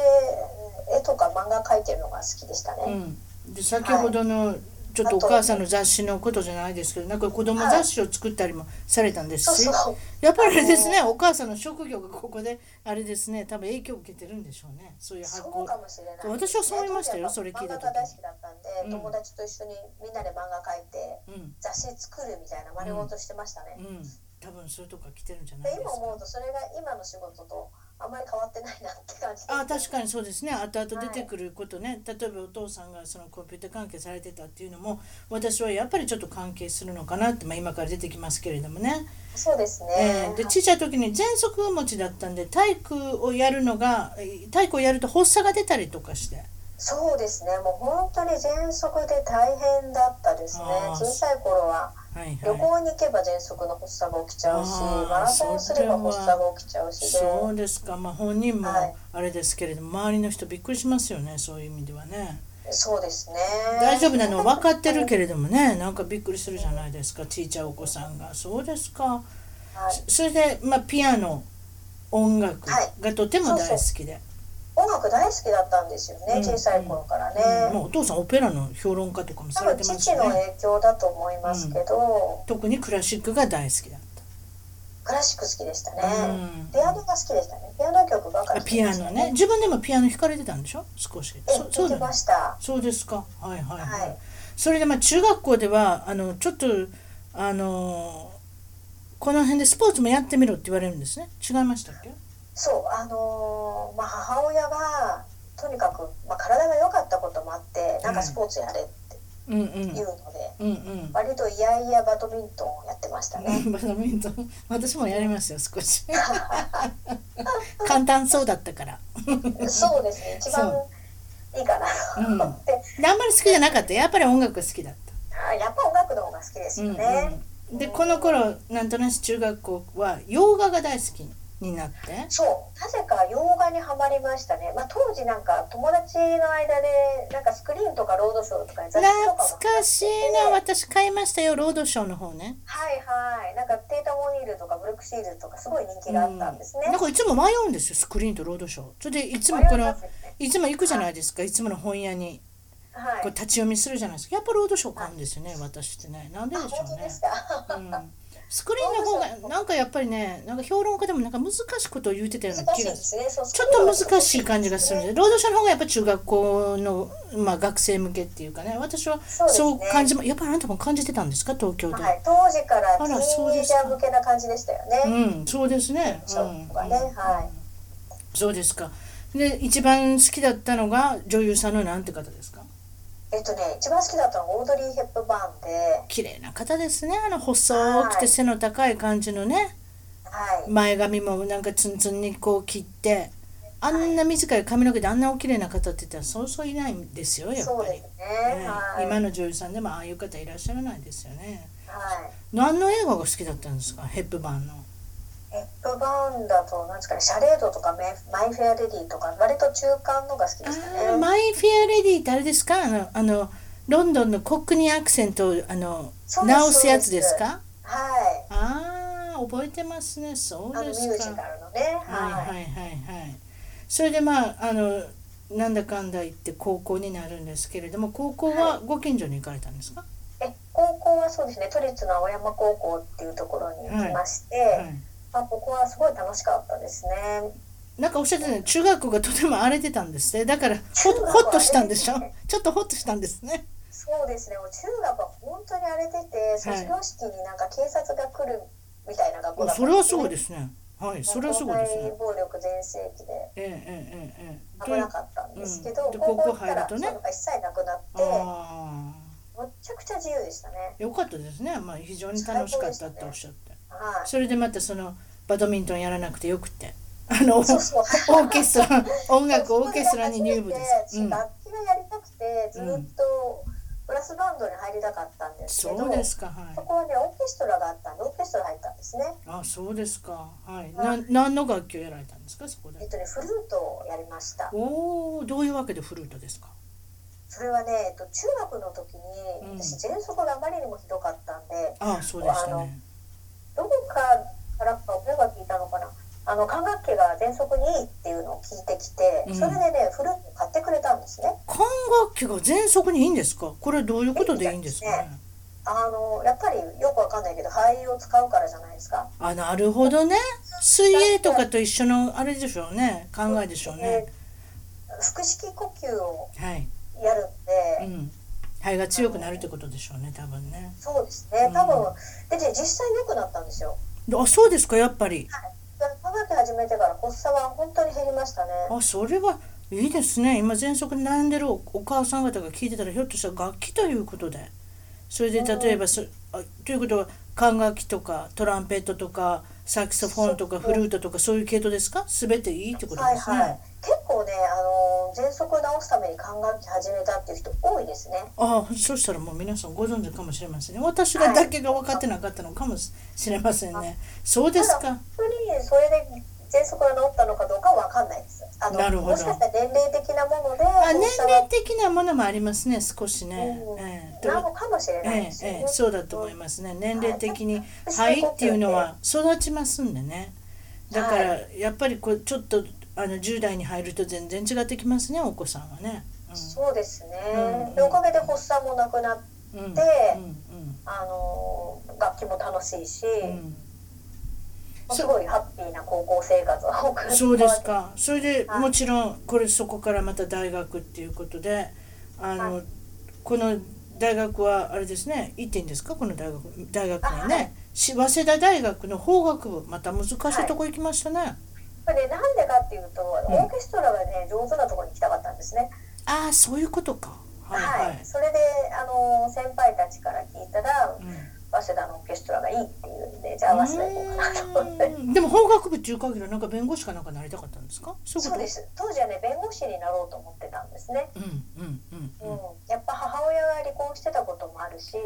Speaker 2: 絵とか漫画描いてるのが好きでしたね、
Speaker 1: うん、で先ほどのちょっとお母さんの雑誌のことじゃないですけどなんか子供雑誌を作ったりもされたんです
Speaker 2: そう
Speaker 1: し、
Speaker 2: そう
Speaker 1: やっぱりあれですね、お母さんの職業がここで、あれですね、多分影響を受けてるんでしょうね。そういう発
Speaker 2: そ
Speaker 1: 行
Speaker 2: う。かもしれないですね
Speaker 1: 私はそう思いましたよそれ聞いた
Speaker 2: 漫
Speaker 1: 時
Speaker 2: 画が大好きだったんで、
Speaker 1: うん
Speaker 2: 友達と一緒にみんなで漫画描いて
Speaker 1: うん、
Speaker 2: 雑誌作るみたいな真似事してましたね、
Speaker 1: うん、多分そういうとこが来てるんじゃないで
Speaker 2: で
Speaker 1: す
Speaker 2: 今
Speaker 1: か。
Speaker 2: 思うとそれが今の仕事とあんまり変わってないなって感じで
Speaker 1: あ確かにそうですね後々出てくることね、例えばお父さんがそのコンピューター関係されてたっていうのも私はやっぱりちょっと関係するのかなって、まあ、今から出てきますけれどもね、
Speaker 2: そうです
Speaker 1: え
Speaker 2: ね、
Speaker 1: ーで小さい時に喘息持ちだったんで体育をやるのがえー体育をやると発作が出たりとかして
Speaker 2: そうですねもう本当に喘息で大変だったですね
Speaker 1: あー
Speaker 2: 小さい頃は
Speaker 1: はい
Speaker 2: 旅
Speaker 1: は
Speaker 2: 行に行けば喘息の発作が起きちゃうし
Speaker 1: あー
Speaker 2: マラソンをすれば発作が起きちゃう
Speaker 1: い
Speaker 2: しで
Speaker 1: そうですかまあ本人も
Speaker 2: はい
Speaker 1: あれですけれども周りの人びっくりしますよねそういう意味ではね
Speaker 2: そうですね
Speaker 1: 大丈夫なの分かってるけれどもねなんかびっくりするじゃないですかちいちゃいお子さんがそうですか
Speaker 2: はい
Speaker 1: そそれで、まあ、ピアノ音楽
Speaker 2: はい
Speaker 1: がとても大好きで、
Speaker 2: 音楽大好きだったんですよね、
Speaker 1: うん
Speaker 2: 小さい頃から
Speaker 1: うんも
Speaker 2: ね、
Speaker 1: うお父さんオペラの評論家とかも
Speaker 2: 多
Speaker 1: され
Speaker 2: 分
Speaker 1: てます
Speaker 2: 父
Speaker 1: よ
Speaker 2: の
Speaker 1: ね
Speaker 2: 影響だと思いますけど、
Speaker 1: 特にクラシックが大好きだった
Speaker 2: クラシック好きでしたね、
Speaker 1: うん
Speaker 2: ピアノが好きでしたねピアノ曲ばかり
Speaker 1: あ
Speaker 2: 好き
Speaker 1: ピ
Speaker 2: で
Speaker 1: ア
Speaker 2: した
Speaker 1: ノね自分でもピアノ弾かれてたんでしょ少し
Speaker 2: え
Speaker 1: そそうだ
Speaker 2: 聞き
Speaker 1: ね
Speaker 2: ました
Speaker 1: そうですかはいはいはい、
Speaker 2: はい
Speaker 1: それでまあ中学校ではあのちょっとあのこの辺でスポーツもやってみろって言われるんですね違いましたっけ
Speaker 2: そうあのーまあ母親がとにかく、まあ、体が良かったこともあってなんかスポーツやれって
Speaker 1: うんう
Speaker 2: 言うんので、
Speaker 1: うんうん
Speaker 2: 割といやいやバドミントンをやってましたね
Speaker 1: バドミントン私もやりますよ少し 簡単そうだったから、
Speaker 2: そうですね一番
Speaker 1: そ
Speaker 2: いいかな
Speaker 1: うん、であんま
Speaker 2: って、
Speaker 1: り好きじゃなかったやっぱり音楽が好きだった
Speaker 2: あやっぱ音楽の方が好きですよね、
Speaker 1: うんうん、でこの頃なんとなく中学校は洋画が大好きになって
Speaker 2: そうなぜか洋画にはまりましたね、まあ、当時なんか友達の間でなんかスクリーンとかロードショーとかに雑誌
Speaker 1: 懐
Speaker 2: とかも
Speaker 1: かしいな私買いましたよロードショーの方ね
Speaker 2: はいはいなんかテータ・モニールとかブルックシールズとかすごい人気があったんですね、
Speaker 1: うんなんかいつも迷うんですよスクリーンとロードショーそれでいつもこ
Speaker 2: 迷い
Speaker 1: の
Speaker 2: ますよね
Speaker 1: いつも行くじゃないですかいつもの本屋に
Speaker 2: はい
Speaker 1: こう立ち読みするじゃないですかやっぱロードショー買うんですよね私ってねなんででしょ
Speaker 2: 本
Speaker 1: う
Speaker 2: 当
Speaker 1: ね
Speaker 2: ですか。
Speaker 1: うんスクリーンの方がなんかやっぱりねなんか評論家でもなんか難しいことを言ってたような
Speaker 2: 難し
Speaker 1: 気
Speaker 2: い
Speaker 1: が
Speaker 2: です
Speaker 1: る
Speaker 2: すね。そう
Speaker 1: ちょっと難しい感じがするんで、労働者の方がやっぱ中学校の、まあ、学生向けっていうかね、私は
Speaker 2: そうですね
Speaker 1: そう感じも、やっぱりあなたも感じてたんですか、東京で。
Speaker 2: はい、当時からテ
Speaker 1: あ
Speaker 2: ィ
Speaker 1: らそう
Speaker 2: ーンエ
Speaker 1: で
Speaker 2: イ
Speaker 1: す
Speaker 2: ジ
Speaker 1: か
Speaker 2: ャー向けな感じでしたよね。
Speaker 1: うん、そうですね。う
Speaker 2: そうとかね、
Speaker 1: ん、
Speaker 2: は
Speaker 1: そうですか。で、一番好きだったのが女優さんのなんて方ですか。
Speaker 2: い。えっとね、一番好きだったのがオードリー・ヘップバーンで、
Speaker 1: 綺麗な方ですね。あの細く
Speaker 2: は
Speaker 1: て
Speaker 2: い
Speaker 1: 背の高い感じのね、
Speaker 2: はい。
Speaker 1: 前髪もなんかツンツンにこう切って。あんな短い髪の毛であんなお綺麗な方って言ったらそうそういないんですよやっ
Speaker 2: そう
Speaker 1: ぱ
Speaker 2: で
Speaker 1: り
Speaker 2: すね。
Speaker 1: ね
Speaker 2: はい。
Speaker 1: 今の女優さんでもああいう方いらっしゃらないですよね。
Speaker 2: はい。
Speaker 1: 何の映画が好きだったんですかヘップバーンの。
Speaker 2: ヘップバーンだと、なんですかね、シャレードとかメマイ・フェア・レディとか、割と中間のが好きでした
Speaker 1: あー
Speaker 2: ね。
Speaker 1: マイ・フェア・レディってあれですかあのあのロンドンのコックニーアクセントをあの
Speaker 2: そうです
Speaker 1: 直すやつですか
Speaker 2: はい。
Speaker 1: ああ覚えてますねそ
Speaker 2: あ
Speaker 1: う
Speaker 2: の
Speaker 1: で
Speaker 2: ミュー
Speaker 1: す
Speaker 2: ジ
Speaker 1: か。
Speaker 2: カルのね。
Speaker 1: はいはい
Speaker 2: は。
Speaker 1: はいいはい。それでまああのなんだかんだ言って高校になるんですけれども高校はご近所に行かれたんですか、
Speaker 2: え、高校はそうですね、都立の青山高校っていうところに行きまして、
Speaker 1: はい
Speaker 2: あここはすごい楽しかったですね。
Speaker 1: なんかおっしゃってたね中学校がとても荒れてたんですねだからほ
Speaker 2: 中学校
Speaker 1: ほっとしたんでしょ
Speaker 2: 荒れ
Speaker 1: ちょっとほっとしたんですね
Speaker 2: そうですね。もう中学は本当に荒れてて、卒業式になんか警察が来るみたいな学校だった
Speaker 1: それは
Speaker 2: すね
Speaker 1: そうですねはいそれはそうですね
Speaker 2: もう暴力全盛期で
Speaker 1: ええええええ
Speaker 2: 危なかったんですけど、
Speaker 1: うんで
Speaker 2: 高校
Speaker 1: 高
Speaker 2: 行
Speaker 1: 校
Speaker 2: った
Speaker 1: 入る
Speaker 2: ら
Speaker 1: と
Speaker 2: そう
Speaker 1: ね
Speaker 2: いうのが一切なくなって、
Speaker 1: あ
Speaker 2: むっちゃくちゃ自由でしたね。
Speaker 1: あよかったですねまあ非常に楽しかったっておっしゃって、
Speaker 2: はい。
Speaker 1: それでまたそのバドミントンやらなくてよくてあのオ
Speaker 2: そうそう。
Speaker 1: ーケストラ音楽オーケストラに入部です、うん、
Speaker 2: 楽器がやりたくて、ずっとブラスバンドに入りたかったんですけど、
Speaker 1: そうですかは
Speaker 2: そ
Speaker 1: い
Speaker 2: こはねオーケストラがあったんでオーケストラ入ったんですね。
Speaker 1: あそうですかはい
Speaker 2: は
Speaker 1: な何の楽器をやられたんですかそこ
Speaker 2: え
Speaker 1: で
Speaker 2: っとねフルートをやりました。
Speaker 1: おおどういうわけでフルートですか
Speaker 2: それはね、えっと、中学の時
Speaker 1: うん
Speaker 2: に私喘息があまりにもひどかったんで
Speaker 1: ああそうでした
Speaker 2: あ
Speaker 1: ね
Speaker 2: どこかからか親が聞いたのかなあの管楽器が喘息にいいっていうのを聞いてきて
Speaker 1: うん
Speaker 2: それでねフルートを買ってくれたんですね。
Speaker 1: 管楽器が喘息にいいんですかこれはどういうことでいいんですかね
Speaker 2: あのやっぱりよくわかんないけど肺を使うからじゃないですか。
Speaker 1: あなるほどね水泳とかと一緒のあれでしょうね考えでしょうね
Speaker 2: で腹式呼吸を
Speaker 1: はい、
Speaker 2: やるんで。
Speaker 1: うん、肺が強くなるってことでしょうね多分ね
Speaker 2: そうですね、多分、で、で実際良くなったんですよ。
Speaker 1: あそうですかやっぱり
Speaker 2: はい、パンク始めてから発作は本当に減りましたね。
Speaker 1: あそれはいいですね今喘息に悩んでるおお母さん方が聞いてたらひょっとしたら楽器ということでそれで例えばそあということは管楽器とかトランペットとかサキソフォンとか
Speaker 2: そ
Speaker 1: フ
Speaker 2: う
Speaker 1: ルートとかそういう系統ですか全ていいってこと
Speaker 2: はい
Speaker 1: ですね、
Speaker 2: はい。結構ね、あの喘息を治すために管楽器始めたっていう人多いですね。
Speaker 1: ああそしたらもう皆さんご存知かもしれませんね私がだけが分かってなかったのかもしれませんねそうです
Speaker 2: ただ
Speaker 1: か
Speaker 2: 本当にそれで喘息が治ったのかどうかは分かんないです。あの
Speaker 1: なるほど
Speaker 2: もしかしたら年齢的なもので、
Speaker 1: あ
Speaker 2: 発
Speaker 1: 年
Speaker 2: 作が
Speaker 1: 齢的なものもありますね少しね、
Speaker 2: うん
Speaker 1: ええ
Speaker 2: なのかもしれ
Speaker 1: え
Speaker 2: ないで
Speaker 1: え
Speaker 2: すよ
Speaker 1: え
Speaker 2: ね。
Speaker 1: え、そうだと思いますね年齢的に
Speaker 2: い
Speaker 1: 肺っていうのは育ちますんでねだから
Speaker 2: は
Speaker 1: やっぱりこうちょっとあの10代に入ると全然違ってきますねお子さんはね。
Speaker 2: そうです
Speaker 1: うんう
Speaker 2: ね
Speaker 1: ん。
Speaker 2: でおかげで発作もなくなって、
Speaker 1: うんうんうん
Speaker 2: で
Speaker 1: うん
Speaker 2: あの楽器も楽しいし、
Speaker 1: うんそう
Speaker 2: すごいハッピーな高校生活を送って
Speaker 1: そうですかそれで
Speaker 2: はい
Speaker 1: もちろんこれそこからまた大学っていうことであの、
Speaker 2: は
Speaker 1: この大学はあれですね行っていいんですかこの大学大学に
Speaker 2: あは
Speaker 1: ね、し早稲田大学の法学部また難しいとこ行きましたね。
Speaker 2: これねなんでかっていうと
Speaker 1: うん
Speaker 2: オーケストラがね上手なところに行きたかったんですね、
Speaker 1: ああそういうことか。はい
Speaker 2: はい
Speaker 1: はい。
Speaker 2: それであの先輩たちから聞いたら
Speaker 1: うん
Speaker 2: 早稲田のオーケストラがいいっていうんでじゃあ早稲田行こうかなと思って。
Speaker 1: うんでも法学部っていう限りはなんか弁護士かなんかなりたかったんですかそういう
Speaker 2: そ
Speaker 1: こ
Speaker 2: う
Speaker 1: と
Speaker 2: です当時はね弁護士になろうと思ってたんですね、
Speaker 1: うんうんうん
Speaker 2: うん
Speaker 1: うん
Speaker 2: やっぱ母親が離婚してたこともあるしでも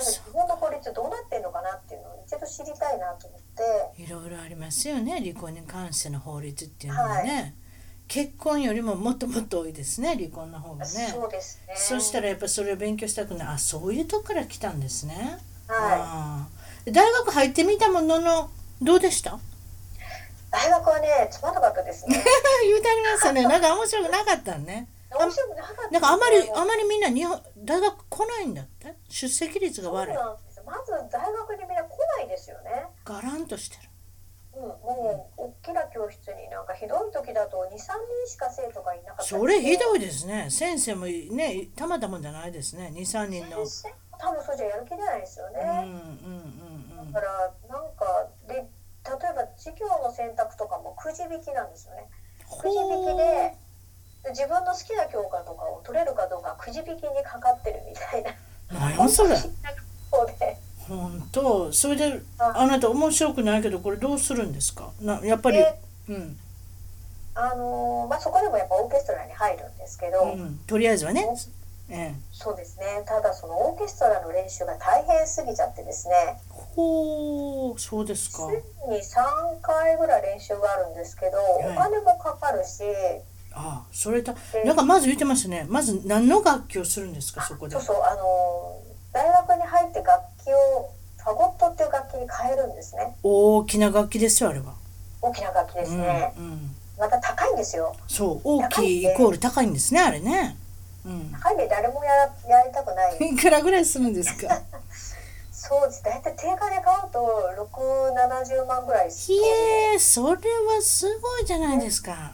Speaker 1: そ
Speaker 2: 日本の法律どうなってるのかなっていうのを一度知りたいなと思って
Speaker 1: いろいろありますよね離婚に関しての法律っていうのはね、結婚よりももっともっと多いですね離婚の方がね
Speaker 2: そうですね
Speaker 1: そしたらやっぱそれを勉強したくないあそういうとこから来たんですね、
Speaker 2: はい
Speaker 1: あー大学入ってみたもののどうでした
Speaker 2: 大学はねつまんなかったですね
Speaker 1: 言うてありますよねなんか面白くなかったね
Speaker 2: 面白くなかったですね
Speaker 1: なんかあまりあまりみんな日本大学来ないんだって出席率が
Speaker 2: そう
Speaker 1: 悪い
Speaker 2: なんですよまず大学にみんな来ないですよね
Speaker 1: ガランとしてる
Speaker 2: うん、もう大きな教室になんかひどい時だと23人しか生徒がいなかったりして
Speaker 1: それひどいですね先生もねたまたまじゃないですね23人の
Speaker 2: 先生多分そうじゃやる気じゃないですよ
Speaker 1: うんうん
Speaker 2: ね、
Speaker 1: うんうん
Speaker 2: だからなんかで例えば授業の選択とかもくじ引きなんですよねくじ引きでで自分の好きな教科とかを取れるかどうかくじ引きにかかってるみたいな
Speaker 1: 何 それ
Speaker 2: 本当にそうで
Speaker 1: 本当それで
Speaker 2: あ
Speaker 1: あなた面白くないけどこれどうするんですかなやっぱり
Speaker 2: で
Speaker 1: うん、
Speaker 2: あのーまあ、そこでもやっぱオーケストラに入るんですけど、
Speaker 1: うん、とりあえずはねええ
Speaker 2: そうですねただそのオーケストラの練習が大変すぎちゃってですね
Speaker 1: ほうそうですか
Speaker 2: 週に3回ぐらい練習があるんですけど、
Speaker 1: い
Speaker 2: お金もかかるし
Speaker 1: ああそれだ
Speaker 2: で
Speaker 1: なんかまず言ってましたねまず何の楽器をするんですかそこで
Speaker 2: そうそうあのー大学に入って楽器をファゴットっていう楽器に変えるんですね
Speaker 1: 大きな楽器ですよあれは、
Speaker 2: 大きな楽器ですね、
Speaker 1: うんうん
Speaker 2: また高いんですよ
Speaker 1: そう大きいイコール高いんですねあれね、うん、
Speaker 2: 高いんで誰もやらやりたくない
Speaker 1: いくらぐらいするんですか
Speaker 2: そうです大体定価で買うと670万ぐらいす
Speaker 1: ひえそれはすごいじゃないですか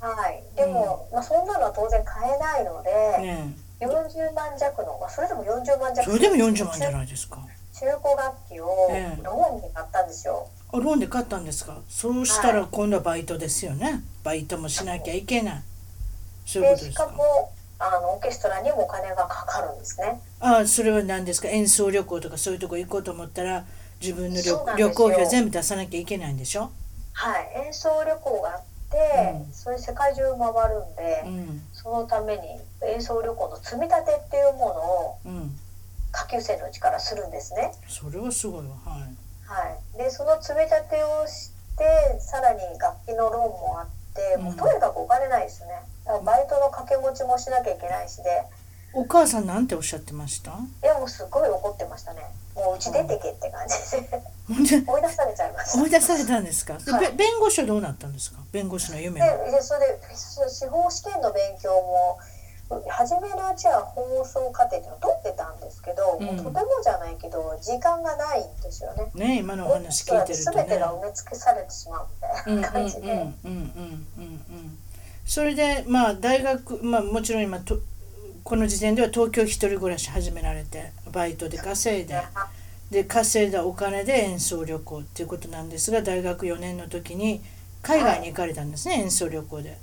Speaker 2: はいでも、まあ、そんなのは当然買えないので、
Speaker 1: ね
Speaker 2: 40万弱の、まあ、それでも40万
Speaker 1: え
Speaker 2: 弱
Speaker 1: それでも40万じゃ
Speaker 2: い
Speaker 1: ないですか
Speaker 2: 中古楽器を
Speaker 1: ええ
Speaker 2: ローンに買ったんですよ、
Speaker 1: あローンで買ったんですかそうしたら今度はバイトですよねバイトもしなきゃいけないそういう
Speaker 2: で
Speaker 1: ことで
Speaker 2: し
Speaker 1: す
Speaker 2: か
Speaker 1: か
Speaker 2: もあのオーケストラにもお金がかかるんですね
Speaker 1: あそれは何ですか演奏旅行とかそういうとこ行こうと思ったら自分の旅
Speaker 2: そうなんですよ
Speaker 1: 旅行費は全部出さなきゃいけないんでしょ、
Speaker 2: はい演奏旅行があって、
Speaker 1: うん
Speaker 2: それ世界中回るんで、
Speaker 1: うん
Speaker 2: そのために演奏旅行の積み立てっていうもの
Speaker 1: う
Speaker 2: を
Speaker 1: ん、
Speaker 2: 下級生のうちからするんですね
Speaker 1: それはすごいわはい
Speaker 2: はいでその積み立てをしてさらに楽器のローンもあって、
Speaker 1: うん
Speaker 2: もうとにかくお金ないですよねだからバイトの掛け持ちもしなきゃいけないしで
Speaker 1: お母さんなんておっしゃってました
Speaker 2: いやもうすごい怒ってましたねもううち出てけって感じで
Speaker 1: ほん で
Speaker 2: 追い出されちゃいました
Speaker 1: 思い出されたんですか。で、
Speaker 2: はい
Speaker 1: べ弁護士はどうなったんですか。弁護士の夢は。
Speaker 2: ででそれでそ司法試験の勉強もう初めのうちは放送課程っていうのを取ってたんですけど、
Speaker 1: うん
Speaker 2: もうとてもじゃないけど時間がないんですよね。
Speaker 1: ね、今のお話聞いてると
Speaker 2: 全て
Speaker 1: ね
Speaker 2: が。埋め尽くされてしまう
Speaker 1: う
Speaker 2: み
Speaker 1: んうん
Speaker 2: たいな感じで、
Speaker 1: うんうんうんうんうん。それでまあ大学まあもちろん今とこの時点では東京一人暮らし始められてバイトで稼いで
Speaker 2: は
Speaker 1: で稼いだお金で演奏旅行っていうことなんですが大学4年の時に海外に行かれたんですね、演奏旅行で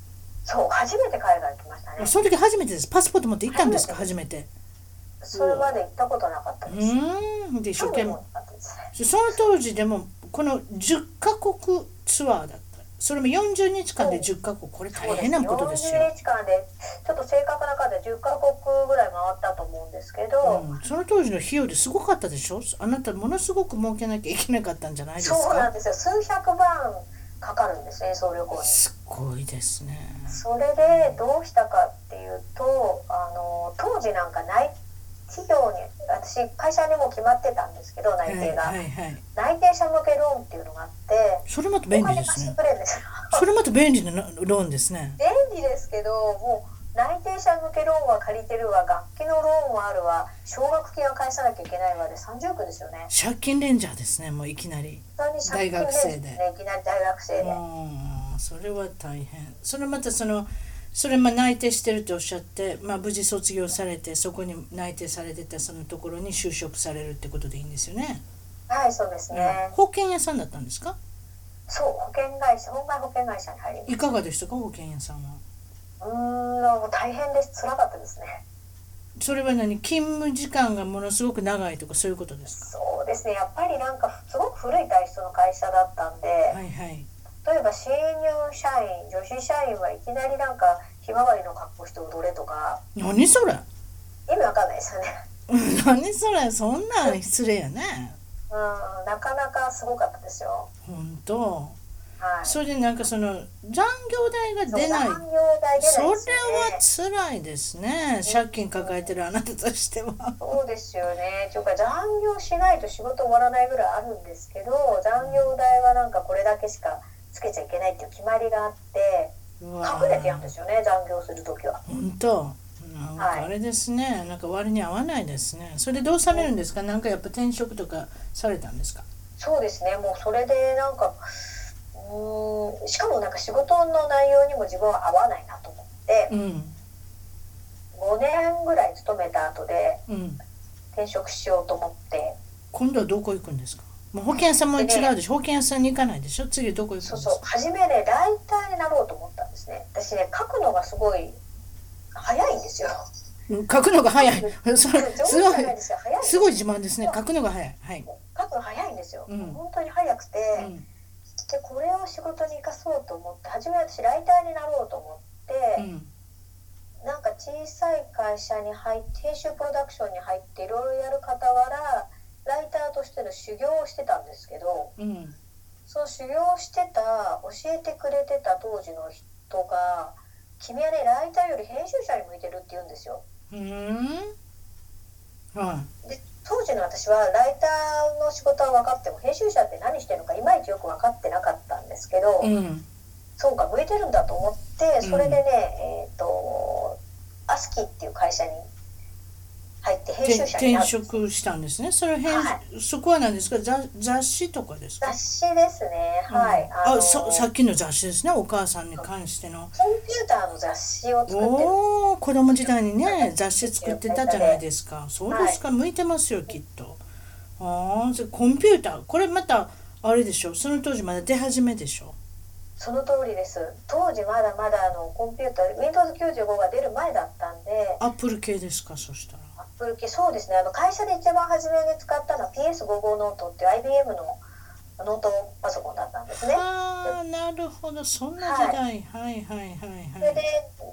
Speaker 2: そう初めて海外行きましたね
Speaker 1: その時初めてですパスポート持って行ったんですか初めて
Speaker 2: それまで行ったことなかった
Speaker 1: う
Speaker 2: です
Speaker 1: ーんで一生
Speaker 2: 興
Speaker 1: 懸
Speaker 2: 味
Speaker 1: 命
Speaker 2: もなかったですね
Speaker 1: その当時でもこの10カ国ツアーだったそれも40日間で10カ国これ大変なことですよ、
Speaker 2: 40日間でちょっと正確な数で10カ国ぐらい回ったと思うんですけど、
Speaker 1: うん、その当時の費用ですごかったでしょあなたものすごく儲けなきゃいけなかったんじゃないですか
Speaker 2: そうなんですよ数百万かかるんですね総旅行に
Speaker 1: すごいですね
Speaker 2: それでどうしたかっていうとあの当時なんか内企業に私会社にも決まってたんですけど
Speaker 1: は
Speaker 2: 内
Speaker 1: い
Speaker 2: 定が、
Speaker 1: はいはい
Speaker 2: 内定者向けローンっていうのがあって
Speaker 1: それまた
Speaker 2: お
Speaker 1: 便利
Speaker 2: 金
Speaker 1: で
Speaker 2: 貸
Speaker 1: す
Speaker 2: して
Speaker 1: ね
Speaker 2: くれるん ですよ
Speaker 1: それまた便利なローンですね
Speaker 2: 便利ですけどもう内定者向けローンは借りてるわ楽器のローンはあるわ奨学金は返さなきゃいけないわで30億ですよね
Speaker 1: 借金レンジャーですねもういきなり
Speaker 2: 本当に借金ですね
Speaker 1: 大
Speaker 2: いきなり大学生で、
Speaker 1: うんそれは大変それまたそのそれまあ内定してるとおっしゃって、まあ、無事卒業されてそこに内定されてたそのところに就職されるってことでいいんですよね、
Speaker 2: はいそうですね、
Speaker 1: 保険屋さんだったんですか
Speaker 2: そう保険会社本会保険会社に入りました
Speaker 1: いかがでしたか保険屋さんは
Speaker 2: うーん、もう大変です。辛かったですね。
Speaker 1: それは何勤務時間がものすごく長いとかそういうことです
Speaker 2: そうですね。やっぱりなんかすごく古い体質の会社だったんで、
Speaker 1: かはいはい
Speaker 2: 例えば新入社員、女子社員はいきなりなんかひまわりの格好して踊れとか、
Speaker 1: 何それ
Speaker 2: 意味わかんないですよね。
Speaker 1: 何それそんなん失礼やね
Speaker 2: うん、なかなかすごかったですよ。
Speaker 1: 本当
Speaker 2: はい。
Speaker 1: それでなんかその残業代が出ない
Speaker 2: そう残業代出
Speaker 1: そ
Speaker 2: な
Speaker 1: れ
Speaker 2: い
Speaker 1: は
Speaker 2: ですよね。
Speaker 1: 辛いですね。借金抱えてるあなたとしては。
Speaker 2: そうですよね。というか残業しないと仕事終わらないぐらいあるんですけど、残業代はなんかこれだけしかつけちゃいけないっていう決まりがあって。
Speaker 1: うわ
Speaker 2: 隠れてやるんですよね残業する時は
Speaker 1: 本当。なんかあれですね、なんか割に合わないですね。それでどうされるんですか。なんかやっぱ転職とかされたんですか。
Speaker 2: そうですねもうそれでなんかうーんしかもなんか仕事の内容にも自分は合わないなと思って
Speaker 1: うん
Speaker 2: 5年ぐらい勤めた後で
Speaker 1: うん。
Speaker 2: 転職しようと思って
Speaker 1: 今度はどこ行くんですか。もう保険屋さんも違うでしょ。保険屋さんに行かないでしょ。次どこ行くんです
Speaker 2: そ
Speaker 1: か。
Speaker 2: うそう初めねライターになろうと思ったんですね私ね書くのがすごい早い んですよ
Speaker 1: うん書くのが早い。それ
Speaker 2: 上手
Speaker 1: す
Speaker 2: じゃ
Speaker 1: ごい
Speaker 2: ないですよ早い
Speaker 1: すごい自慢ですね。書くのが早い。はい。
Speaker 2: 書くの早いんですよ、
Speaker 1: うん
Speaker 2: 本当に早くて、
Speaker 1: うん
Speaker 2: でこれを仕事に生かそうと思って初め私ライターになろうと思って、
Speaker 1: うん
Speaker 2: なんか小さい会社に入って編集プロダクションに入っていろいろやる傍らライターとしての修行をしてたんですけど
Speaker 1: うん
Speaker 2: その修行をしてた教えてくれてた当時の人が「君はねライターより編集者に向いてる」って言うんですよ。
Speaker 1: うーん。は
Speaker 2: で当時の私はライターの仕事は分かっても編集者って何してるのかいまいちよく分かってなかったんですけど、
Speaker 1: い。うん。
Speaker 2: そうか向いてるんだと思ってそれでね、えっ、とアスキーっていう会社に入って編
Speaker 1: て
Speaker 2: 集者にな
Speaker 1: 転
Speaker 2: った
Speaker 1: 職したんですね。それ編、
Speaker 2: は
Speaker 1: そこは何ですか雑雑誌とかですか。
Speaker 2: 雑誌ですね、はい。
Speaker 1: あ
Speaker 2: の
Speaker 1: さ
Speaker 2: コ
Speaker 1: さ
Speaker 2: ン
Speaker 1: っきの雑誌ですね。お母さんに関しての。
Speaker 2: ピューターの雑誌を作ってる。
Speaker 1: おお、子供時代にね雑誌作ってたじゃないですか。そうですか、向いてますよきっと。ああ、それコンピューターこれまたあれでしょ。その当時まだ出始めでしょ。
Speaker 2: その通りです。当時まだまだあのコンピューター、Windows 95が出る前だったんで、
Speaker 1: アップル系ですかそしたら。
Speaker 2: Apple 系そうですね。あの会社で一番初めに使ったのは PS55 ノートっていう IBM のノートパソコンだったんですね。
Speaker 1: ああ、なるほどそんな時代。はいはいはい
Speaker 2: そ
Speaker 1: は
Speaker 2: れ
Speaker 1: い
Speaker 2: で。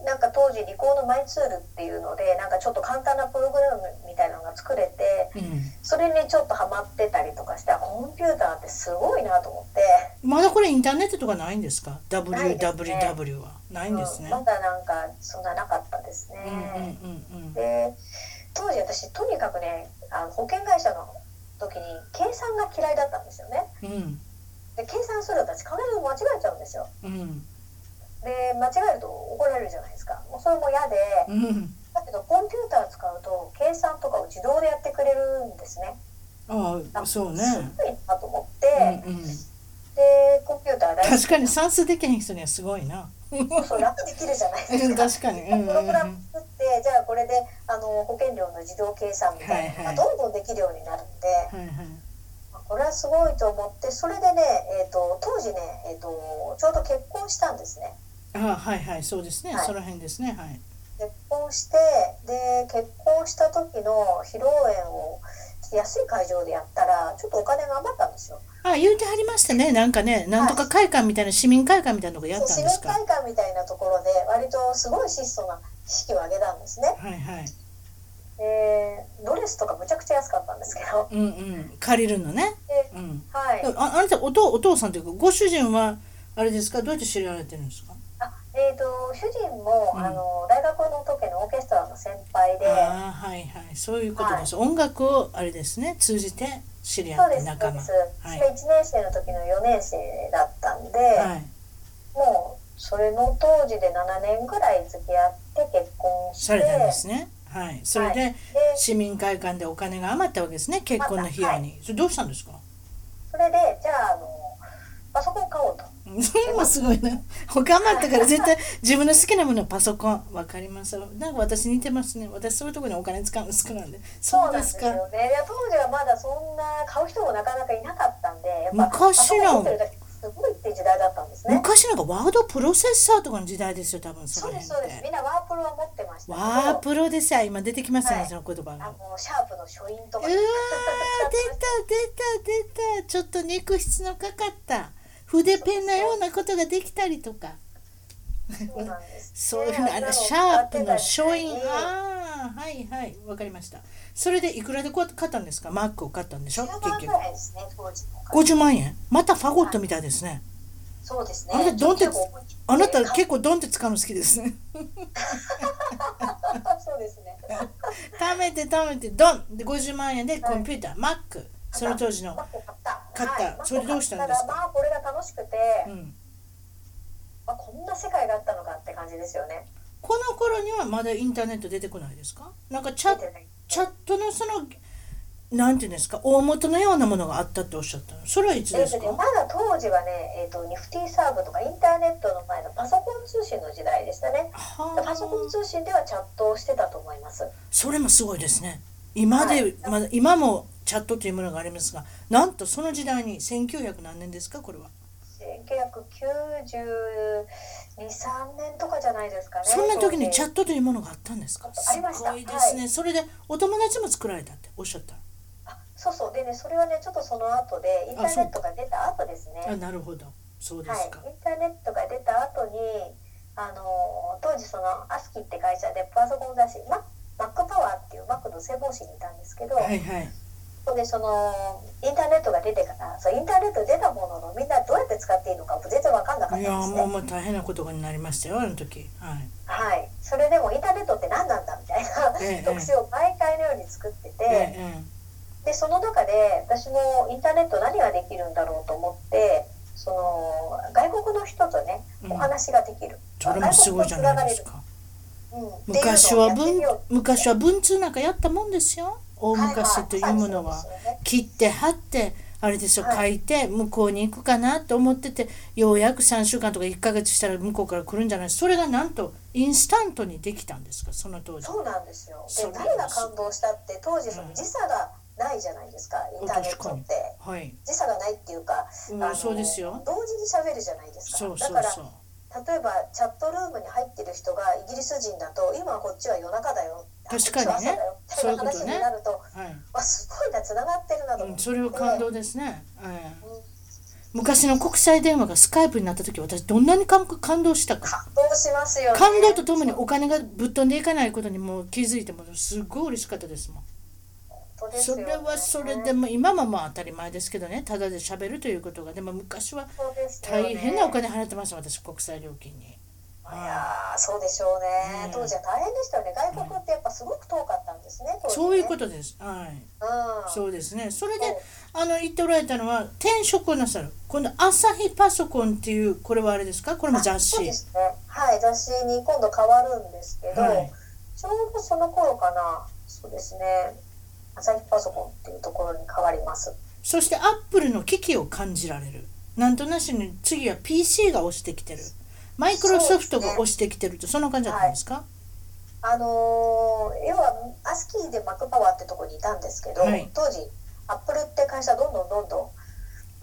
Speaker 2: なんか当時リコーのマイツールっていうのでなんかちょっと簡単なプログラムみたいなのが作れて
Speaker 1: うん。
Speaker 2: それにちょっとハマってたりとかしてあコンピューターってすごいなと思って。
Speaker 1: まだこれインターネットとかないんですか
Speaker 2: ないですね
Speaker 1: ?WWW は。ないんですね。
Speaker 2: うんまだなんかそんななかったです
Speaker 1: うんうん
Speaker 2: ね、
Speaker 1: うんうん
Speaker 2: で当時私とにかくねあの保険会社の時に計算が嫌いだったんですよね
Speaker 1: うん
Speaker 2: で計算すると私必ず間違えちゃうんですよ
Speaker 1: うん
Speaker 2: で間違えると怒られるじゃないですかもうそれも嫌で
Speaker 1: うん
Speaker 2: だけどコンピューター使うと計算とかを自動でやってくれるんですね
Speaker 1: ああそうね
Speaker 2: すごいなと思って、
Speaker 1: うんうん、
Speaker 2: でコンピューター大好き
Speaker 1: 確かに算数できへん人にはすごいな
Speaker 2: そう楽できるじゃないです
Speaker 1: うん
Speaker 2: か
Speaker 1: 確かに、うんうん
Speaker 2: プログ
Speaker 1: う
Speaker 2: ラム
Speaker 1: ん、
Speaker 2: 作ってじゃあこれであの保険料の自動計算みたいな
Speaker 1: はいは
Speaker 2: のが
Speaker 1: い
Speaker 2: どんどんできるようになるんで、
Speaker 1: はいはい
Speaker 2: まあこれはすごいと思ってそれでね、えー、と当時ね、えー、とちょうど結婚したんですね
Speaker 1: あはいはいそうですね、
Speaker 2: はい
Speaker 1: その辺ですねはい
Speaker 2: 結婚してで結婚した時の披露宴を安い会場でやったらちょっとお金が余ったんですよ。
Speaker 1: あ言うてはりましたねなんかねなんとか会館みたいな市民会館みたいなとこやったん
Speaker 2: 市
Speaker 1: で
Speaker 2: 民
Speaker 1: すか
Speaker 2: 会館みたいなところで割とすごい質素な式を挙げたんですね。
Speaker 1: はいはい
Speaker 2: でドレスとかむちゃくちゃ安かったんですけど。
Speaker 1: うんうん借りるのね
Speaker 2: で
Speaker 1: うん
Speaker 2: はい、
Speaker 1: ああなたお父お父さんというかご主人はあれですかどうやって知り合われてるんですか
Speaker 2: あえー、と主人も、
Speaker 1: うん
Speaker 2: あの大学の時のオーケストラの先輩で
Speaker 1: ああはいはいそういうことです、音楽をあれですね通じて知り合
Speaker 2: そう
Speaker 1: っ
Speaker 2: で
Speaker 1: て
Speaker 2: すそ
Speaker 1: 仲
Speaker 2: うで
Speaker 1: 間
Speaker 2: す、
Speaker 1: はい
Speaker 2: で1年生の時の4年生だったんで、
Speaker 1: はい
Speaker 2: もうそれの当時で7年ぐらい付き合って結婚して
Speaker 1: されたんですねはいそれで、
Speaker 2: はいで
Speaker 1: 市民会館でお金が余ったわけですね結婚の費用に、それどうしたんですか
Speaker 2: それでじゃああのパソコン買おうと
Speaker 1: もうすごいな他余ったから絶対自分の好きなものはパソコンわかりますなんか私似てますね私そういうところにお金使うの好きなんでそうですか
Speaker 2: そうなんですよねいや当時はまだそんな買う人もなかなかいなかったんでやっぱ
Speaker 1: 昔の
Speaker 2: パソコン持ってるだけすごいって時代だったんですね
Speaker 1: 昔なんかワードプロセッサーとかの時代ですよ多分そ
Speaker 2: そう
Speaker 1: の
Speaker 2: で
Speaker 1: 辺
Speaker 2: すそうです
Speaker 1: っ
Speaker 2: み
Speaker 1: て
Speaker 2: んなワープロは持ってましたけど
Speaker 1: ワープロでさ今出てきますね、
Speaker 2: はい
Speaker 1: その言葉がう
Speaker 2: あ
Speaker 1: わ
Speaker 2: のシャープの書院と
Speaker 1: ー
Speaker 2: か
Speaker 1: 出た出た出たちょっと肉質のかかった筆ペンのようなことができたりとか
Speaker 2: そうなんですね
Speaker 1: そういうふう
Speaker 2: あ
Speaker 1: な、
Speaker 2: んなの
Speaker 1: シャープの書院、
Speaker 2: 買ってたり
Speaker 1: ああ、はいはい、わかりました。それでいくらでこう買ったんですか、マックを買ったんでしょ、
Speaker 2: 10
Speaker 1: 結
Speaker 2: 万ぐ
Speaker 1: 局。
Speaker 2: らいですね当時の
Speaker 1: 50万円またファゴットみたいですね。
Speaker 2: そうですね
Speaker 1: あなたどんって
Speaker 2: 結構思い切って
Speaker 1: あなた結構ドンって使うの好きですね。
Speaker 2: そうですね
Speaker 1: 貯めて貯めてドンで50万円でコンピューター、マック、その当時の。
Speaker 2: マック買った
Speaker 1: 買った
Speaker 2: はい
Speaker 1: それどうしたんですか
Speaker 2: マック買ったらまあこれが楽しくて、
Speaker 1: うん。
Speaker 2: まあ、こんな世界があったのかって感じですよね
Speaker 1: この頃にはまだインターネット出てこないですかなんかチャ
Speaker 2: 見てない
Speaker 1: チャットのその、なんていうんですか、大元のようなものがあったっておっしゃったの。それはいつ
Speaker 2: え
Speaker 1: で
Speaker 2: っと
Speaker 1: す
Speaker 2: ね、
Speaker 1: か
Speaker 2: まだ当時はね、えっとニフティサーブとかインターネットの前のパソコン通信の時代でしたね
Speaker 1: は
Speaker 2: パソコン通信ではチャットをしてたと思います
Speaker 1: それもすごいですね今で、
Speaker 2: はい
Speaker 1: まだ今もチャットというものがありますがなんとその時代に1900何年ですかこれは、
Speaker 2: 1992、3年とかじゃないですかね。
Speaker 1: そんな時にチャ
Speaker 2: ッ
Speaker 1: ットというものがあったんですか
Speaker 2: ありました
Speaker 1: すごいですね、
Speaker 2: は
Speaker 1: それでお友達も作られたっておっしゃった
Speaker 2: そうそう。でね、それはね、ちょっとその後で、インターネットが出た後ですね。
Speaker 1: あ
Speaker 2: はい。イン
Speaker 1: なるほどそうですか、
Speaker 2: ターネットが出た後に、あの当時そのアスキーって会社でパソコン雑誌ママックパワーっていうマックの製本誌にいたんですけど、
Speaker 1: はいはい
Speaker 2: そこでそのインターネットが出てからそうインターネット出たもののみんなどうやって使っていいのか全然分かんなかったん
Speaker 1: い
Speaker 2: で
Speaker 1: やー
Speaker 2: す
Speaker 1: もう
Speaker 2: ね
Speaker 1: もう大変なことになりましたよあの時はい
Speaker 2: はいそれでもインターネットって何なんだみたいな
Speaker 1: ええ
Speaker 2: 特集を毎回のように作ってて、
Speaker 1: えええ
Speaker 2: でその中で私もインターネット何ができるんだろうと思ってその外国の人とね
Speaker 1: うん
Speaker 2: お話ができる、
Speaker 1: それもすごいじゃないですか
Speaker 2: 外国とつながれる、うん、
Speaker 1: 昔は
Speaker 2: っていう
Speaker 1: 文
Speaker 2: のをやってみよう
Speaker 1: 昔は文通なんかやったもんですよ大昔というものは。
Speaker 2: はいはいそうですよね
Speaker 1: 切って貼ってあれですよ書
Speaker 2: はい
Speaker 1: て向こうに行くかなと思っててようやく3週間とか1ヶ月したら向こうから来るんじゃないそれがなんとインスタントにできたんですかその当時
Speaker 2: そうなんですよ
Speaker 1: そう
Speaker 2: で
Speaker 1: なんです
Speaker 2: 誰が感動したって当時そ
Speaker 1: うん
Speaker 2: の時差がないじゃないですか、インターネットって
Speaker 1: はい、
Speaker 2: 時差がないっていうか、
Speaker 1: うん
Speaker 2: あの
Speaker 1: そうですよ
Speaker 2: 同時に喋るじゃないですか
Speaker 1: そうそう
Speaker 2: だから
Speaker 1: そう
Speaker 2: 例えばチャットルームに入ってる人がイギリス人だと今こっちは夜中だよ
Speaker 1: 確かにね
Speaker 2: こっちは朝だよみたいな
Speaker 1: そういうこと
Speaker 2: 話
Speaker 1: ね
Speaker 2: になると
Speaker 1: はい、
Speaker 2: わすごいな繋がってるなと
Speaker 1: う
Speaker 2: 思っ
Speaker 1: ん、
Speaker 2: て、
Speaker 1: それは感動ですね、ええ
Speaker 2: うん
Speaker 1: 昔の国際電話がスカイプになった時私どんなに感感動したか
Speaker 2: 感動しますよね
Speaker 1: 感動とともにお金がぶっ飛んでいかないことにもう気づいてもすごい嬉しかったですもん
Speaker 2: 本当です
Speaker 1: それ
Speaker 2: よね
Speaker 1: はそれでも今もまあ当たり前ですけどねただで喋るということがでも昔は
Speaker 2: そうですよね
Speaker 1: 大変なお金払ってました私国際料金に
Speaker 2: いやーそうでしょうね、
Speaker 1: うん
Speaker 2: 当時は大変でしたよね外国ってやっぱすごく遠かったんですね当時ね
Speaker 1: そういうことですはい
Speaker 2: うん
Speaker 1: そうですねそれで
Speaker 2: そう
Speaker 1: あの言っておられたのは転職をなさる今度朝日パソコンっていうこれはあれですかこれも雑
Speaker 2: そ
Speaker 1: 誌
Speaker 2: うですねはい雑誌に今度変わるんですけど、
Speaker 1: はい
Speaker 2: ちょうどその頃かなそうですね朝日パソコンっていうところに変わります
Speaker 1: そしてアップルの機器を感じられるなんとなしに次は PC が押してきてるマイクロソフトが押してきてるとそんな感じだったんですか
Speaker 2: あのー要はアスキーでマックパワーってとこにいたんですけど、
Speaker 1: はい
Speaker 2: 当時アップルって会社どんどんどんど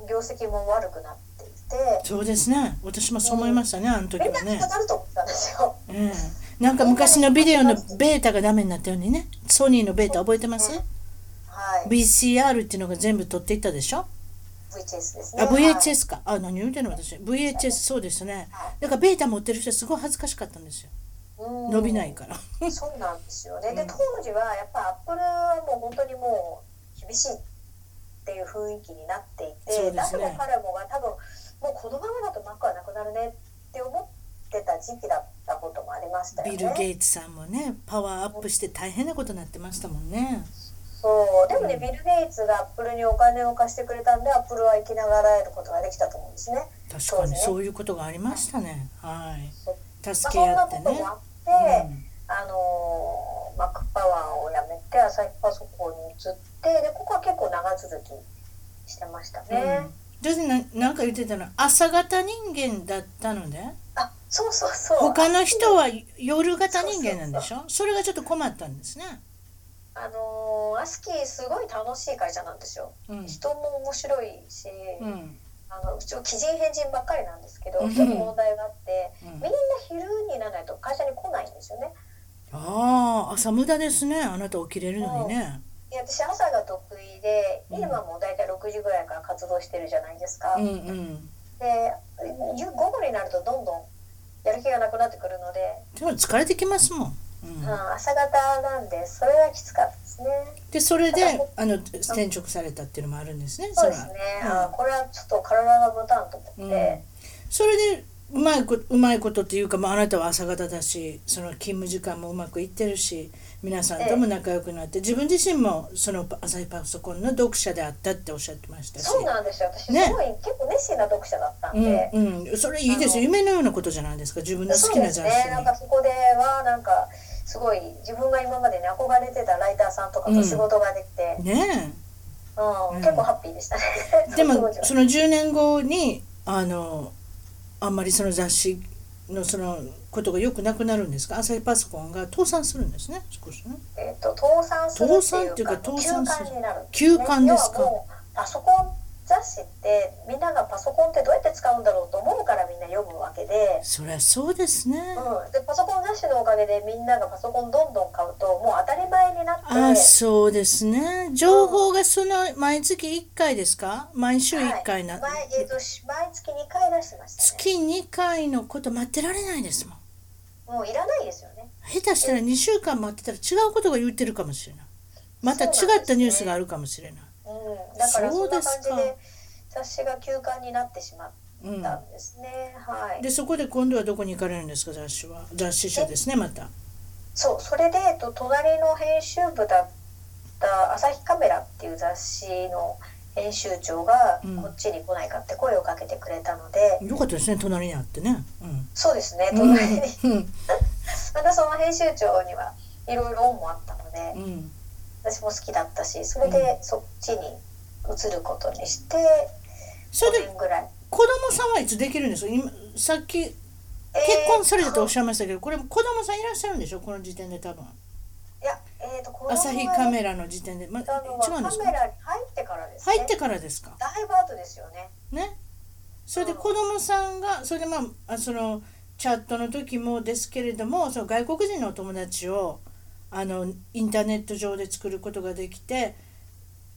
Speaker 2: ん業績も悪くなっていて
Speaker 1: そうですね私もそう思いましたね、あの時
Speaker 2: みんな
Speaker 1: はね
Speaker 2: 引っか、かると思ったんですよ。
Speaker 1: ええなんか昔のビデオのベータがダメになったようにねソニーのベータ覚えてます
Speaker 2: はい、
Speaker 1: VCR っていうのが全部取っていったでしょ
Speaker 2: VHS ですね。
Speaker 1: あ
Speaker 2: はい
Speaker 1: VHS かあ何言うてんの私 VHS そうですねだからベータ持ってる人はすごい恥ずかしかったんですよ
Speaker 2: うん
Speaker 1: 伸びないから
Speaker 2: そうなんですよね。で、
Speaker 1: うん
Speaker 2: 当時はやっぱアップルはもう本当にもう厳しいっていう雰囲気になってい
Speaker 1: そ
Speaker 2: て、
Speaker 1: うですね
Speaker 2: 誰も彼もが多分もうこのままだと Mac はなくなるねって思ってた時期だったこともありましたよ
Speaker 1: ビ
Speaker 2: ね。
Speaker 1: ル・ゲイツさんもねパワーアップして大変なことになってましたもんね
Speaker 2: そう。でもね、ビル・ゲイツがアップルにお金を貸してくれたんで、アップルは生きながらえることができたと思うんですね。
Speaker 1: 確かに
Speaker 2: そ
Speaker 1: そういうことがありましたねはい
Speaker 2: まあ、
Speaker 1: 助け
Speaker 2: そん
Speaker 1: 合
Speaker 2: な
Speaker 1: っ
Speaker 2: こ
Speaker 1: て
Speaker 2: と
Speaker 1: ね
Speaker 2: もあって、あのーマックパワーをやめて朝日パソコンに移ってでここは結構長続きしてました
Speaker 1: うんう
Speaker 2: ね
Speaker 1: ん、私ななんか言ってたの朝型人間だったので
Speaker 2: あそうそうそう
Speaker 1: 他の人は夜型人間なんでしょそれがちょっと困ったんですね
Speaker 2: あのーアスキーすごい楽しい会社なんですよ
Speaker 1: うん
Speaker 2: 人も面白いし、
Speaker 1: うん
Speaker 2: あのうちは奇人変人ばっかりなんですけど
Speaker 1: うん
Speaker 2: ちょっと問題があって
Speaker 1: うん
Speaker 2: みんな昼にならないと会社に来ないんですよね
Speaker 1: ああ朝無駄ですねあなた起きれるのにね
Speaker 2: いや私朝が得意で
Speaker 1: うん
Speaker 2: 今もう大体6時ぐらいから活動してるじゃないですか、
Speaker 1: うんうん
Speaker 2: で夕午後になるとどんどんやる気がなくなってくるので、
Speaker 1: でも疲れてきますもん、う
Speaker 2: うんん、朝方なんでそれはきつかったですね
Speaker 1: でそれであの転職されたっていうのもあるんですね
Speaker 2: そ
Speaker 1: れ
Speaker 2: うです
Speaker 1: は
Speaker 2: ね、
Speaker 1: うん
Speaker 2: あこれはちょっと体が無たんと思って、
Speaker 1: うんそれでうまいこうまいことっていうか、まあ、あなたは朝方だしその勤務時間もうまくいってるし皆さんとも仲良くなって自分自身もその朝日パソコンの読者であったっておっしゃってましたし
Speaker 2: そうなんですよ私す
Speaker 1: ね
Speaker 2: ごい、結構熱心な読者だったんで、
Speaker 1: うんうん、それいいですよ夢のようなことじゃないですか自分の好
Speaker 2: そう
Speaker 1: きな
Speaker 2: です
Speaker 1: 雑誌
Speaker 2: ねなんかそこではなんかすごい自分が今までに憧れてたライターさんとかと仕事ができて、
Speaker 1: に。ね
Speaker 2: うん
Speaker 1: うん
Speaker 2: 結構ハッピーでしたね
Speaker 1: えで
Speaker 2: その
Speaker 1: も
Speaker 2: 当時は
Speaker 1: その10年後にあのあんまりその雑誌のそのことが良くなくなるんですか朝日パソコンが倒産するんですね少しね。
Speaker 2: えっと倒産するっていうか
Speaker 1: 倒産っていうか倒産する
Speaker 2: 休刊になるんですね
Speaker 1: 休刊ですか
Speaker 2: 要はもうパソコン雑誌ってみんながパソコンってどうやって使うんだろうと思うからみんな読むわけで,、
Speaker 1: そりゃそうですね。
Speaker 2: うん、でパソコン雑誌のおかげでみんながパソコンどんどん買うともう当たり前になって
Speaker 1: あそうですね情報がその毎月1回ですか毎週1回な、
Speaker 2: はい毎えっとし毎月2回出してました、ね、
Speaker 1: 月2回のこと待ってられないですもん
Speaker 2: もういらないですよね
Speaker 1: 下手したら2週間待ってたら違うことが言ってるかもしれないまた違ったニュースがあるかもしれない
Speaker 2: うんだからそんな感じ
Speaker 1: そうで
Speaker 2: で雑誌が休刊になってしまっ
Speaker 1: う
Speaker 2: た
Speaker 1: ん
Speaker 2: んですね、はい
Speaker 1: でそこで今度はどこに行かれるんですか雑誌は雑誌社ですねまた
Speaker 2: そうそれで、えっと、隣の編集部だった「朝日カメラ」っていう雑誌の編集長が
Speaker 1: うん
Speaker 2: こっちに来ないかって声をかけてくれたので、
Speaker 1: よかったですね隣にあってねうん
Speaker 2: そうですね
Speaker 1: うん
Speaker 2: 隣に、 またその編集長にはいろいろ恩もあったので、
Speaker 1: うんうん
Speaker 2: 私も好きだったしそれでそっちに移ることにして
Speaker 1: そ
Speaker 2: 5
Speaker 1: れで
Speaker 2: 年ぐらい。
Speaker 1: 子供さんはいつできるんですか今さっき結婚されたとおっしゃいましたけど、これも子供さんいらっしゃるんでしょこの時点で多分
Speaker 2: えーいや、えっ、と、こ
Speaker 1: 朝日カメラの時点で、ま、違
Speaker 2: ラのは
Speaker 1: うんで
Speaker 2: カ
Speaker 1: す
Speaker 2: メ
Speaker 1: か
Speaker 2: ラに入ってからですね。
Speaker 1: 入ってからですか
Speaker 2: だいぶ後ですよね。
Speaker 1: ねそれで子供さんがそれでまああそのチャットの時もですけれどもその外国人のお友達をあのインターネット上で作ることができて、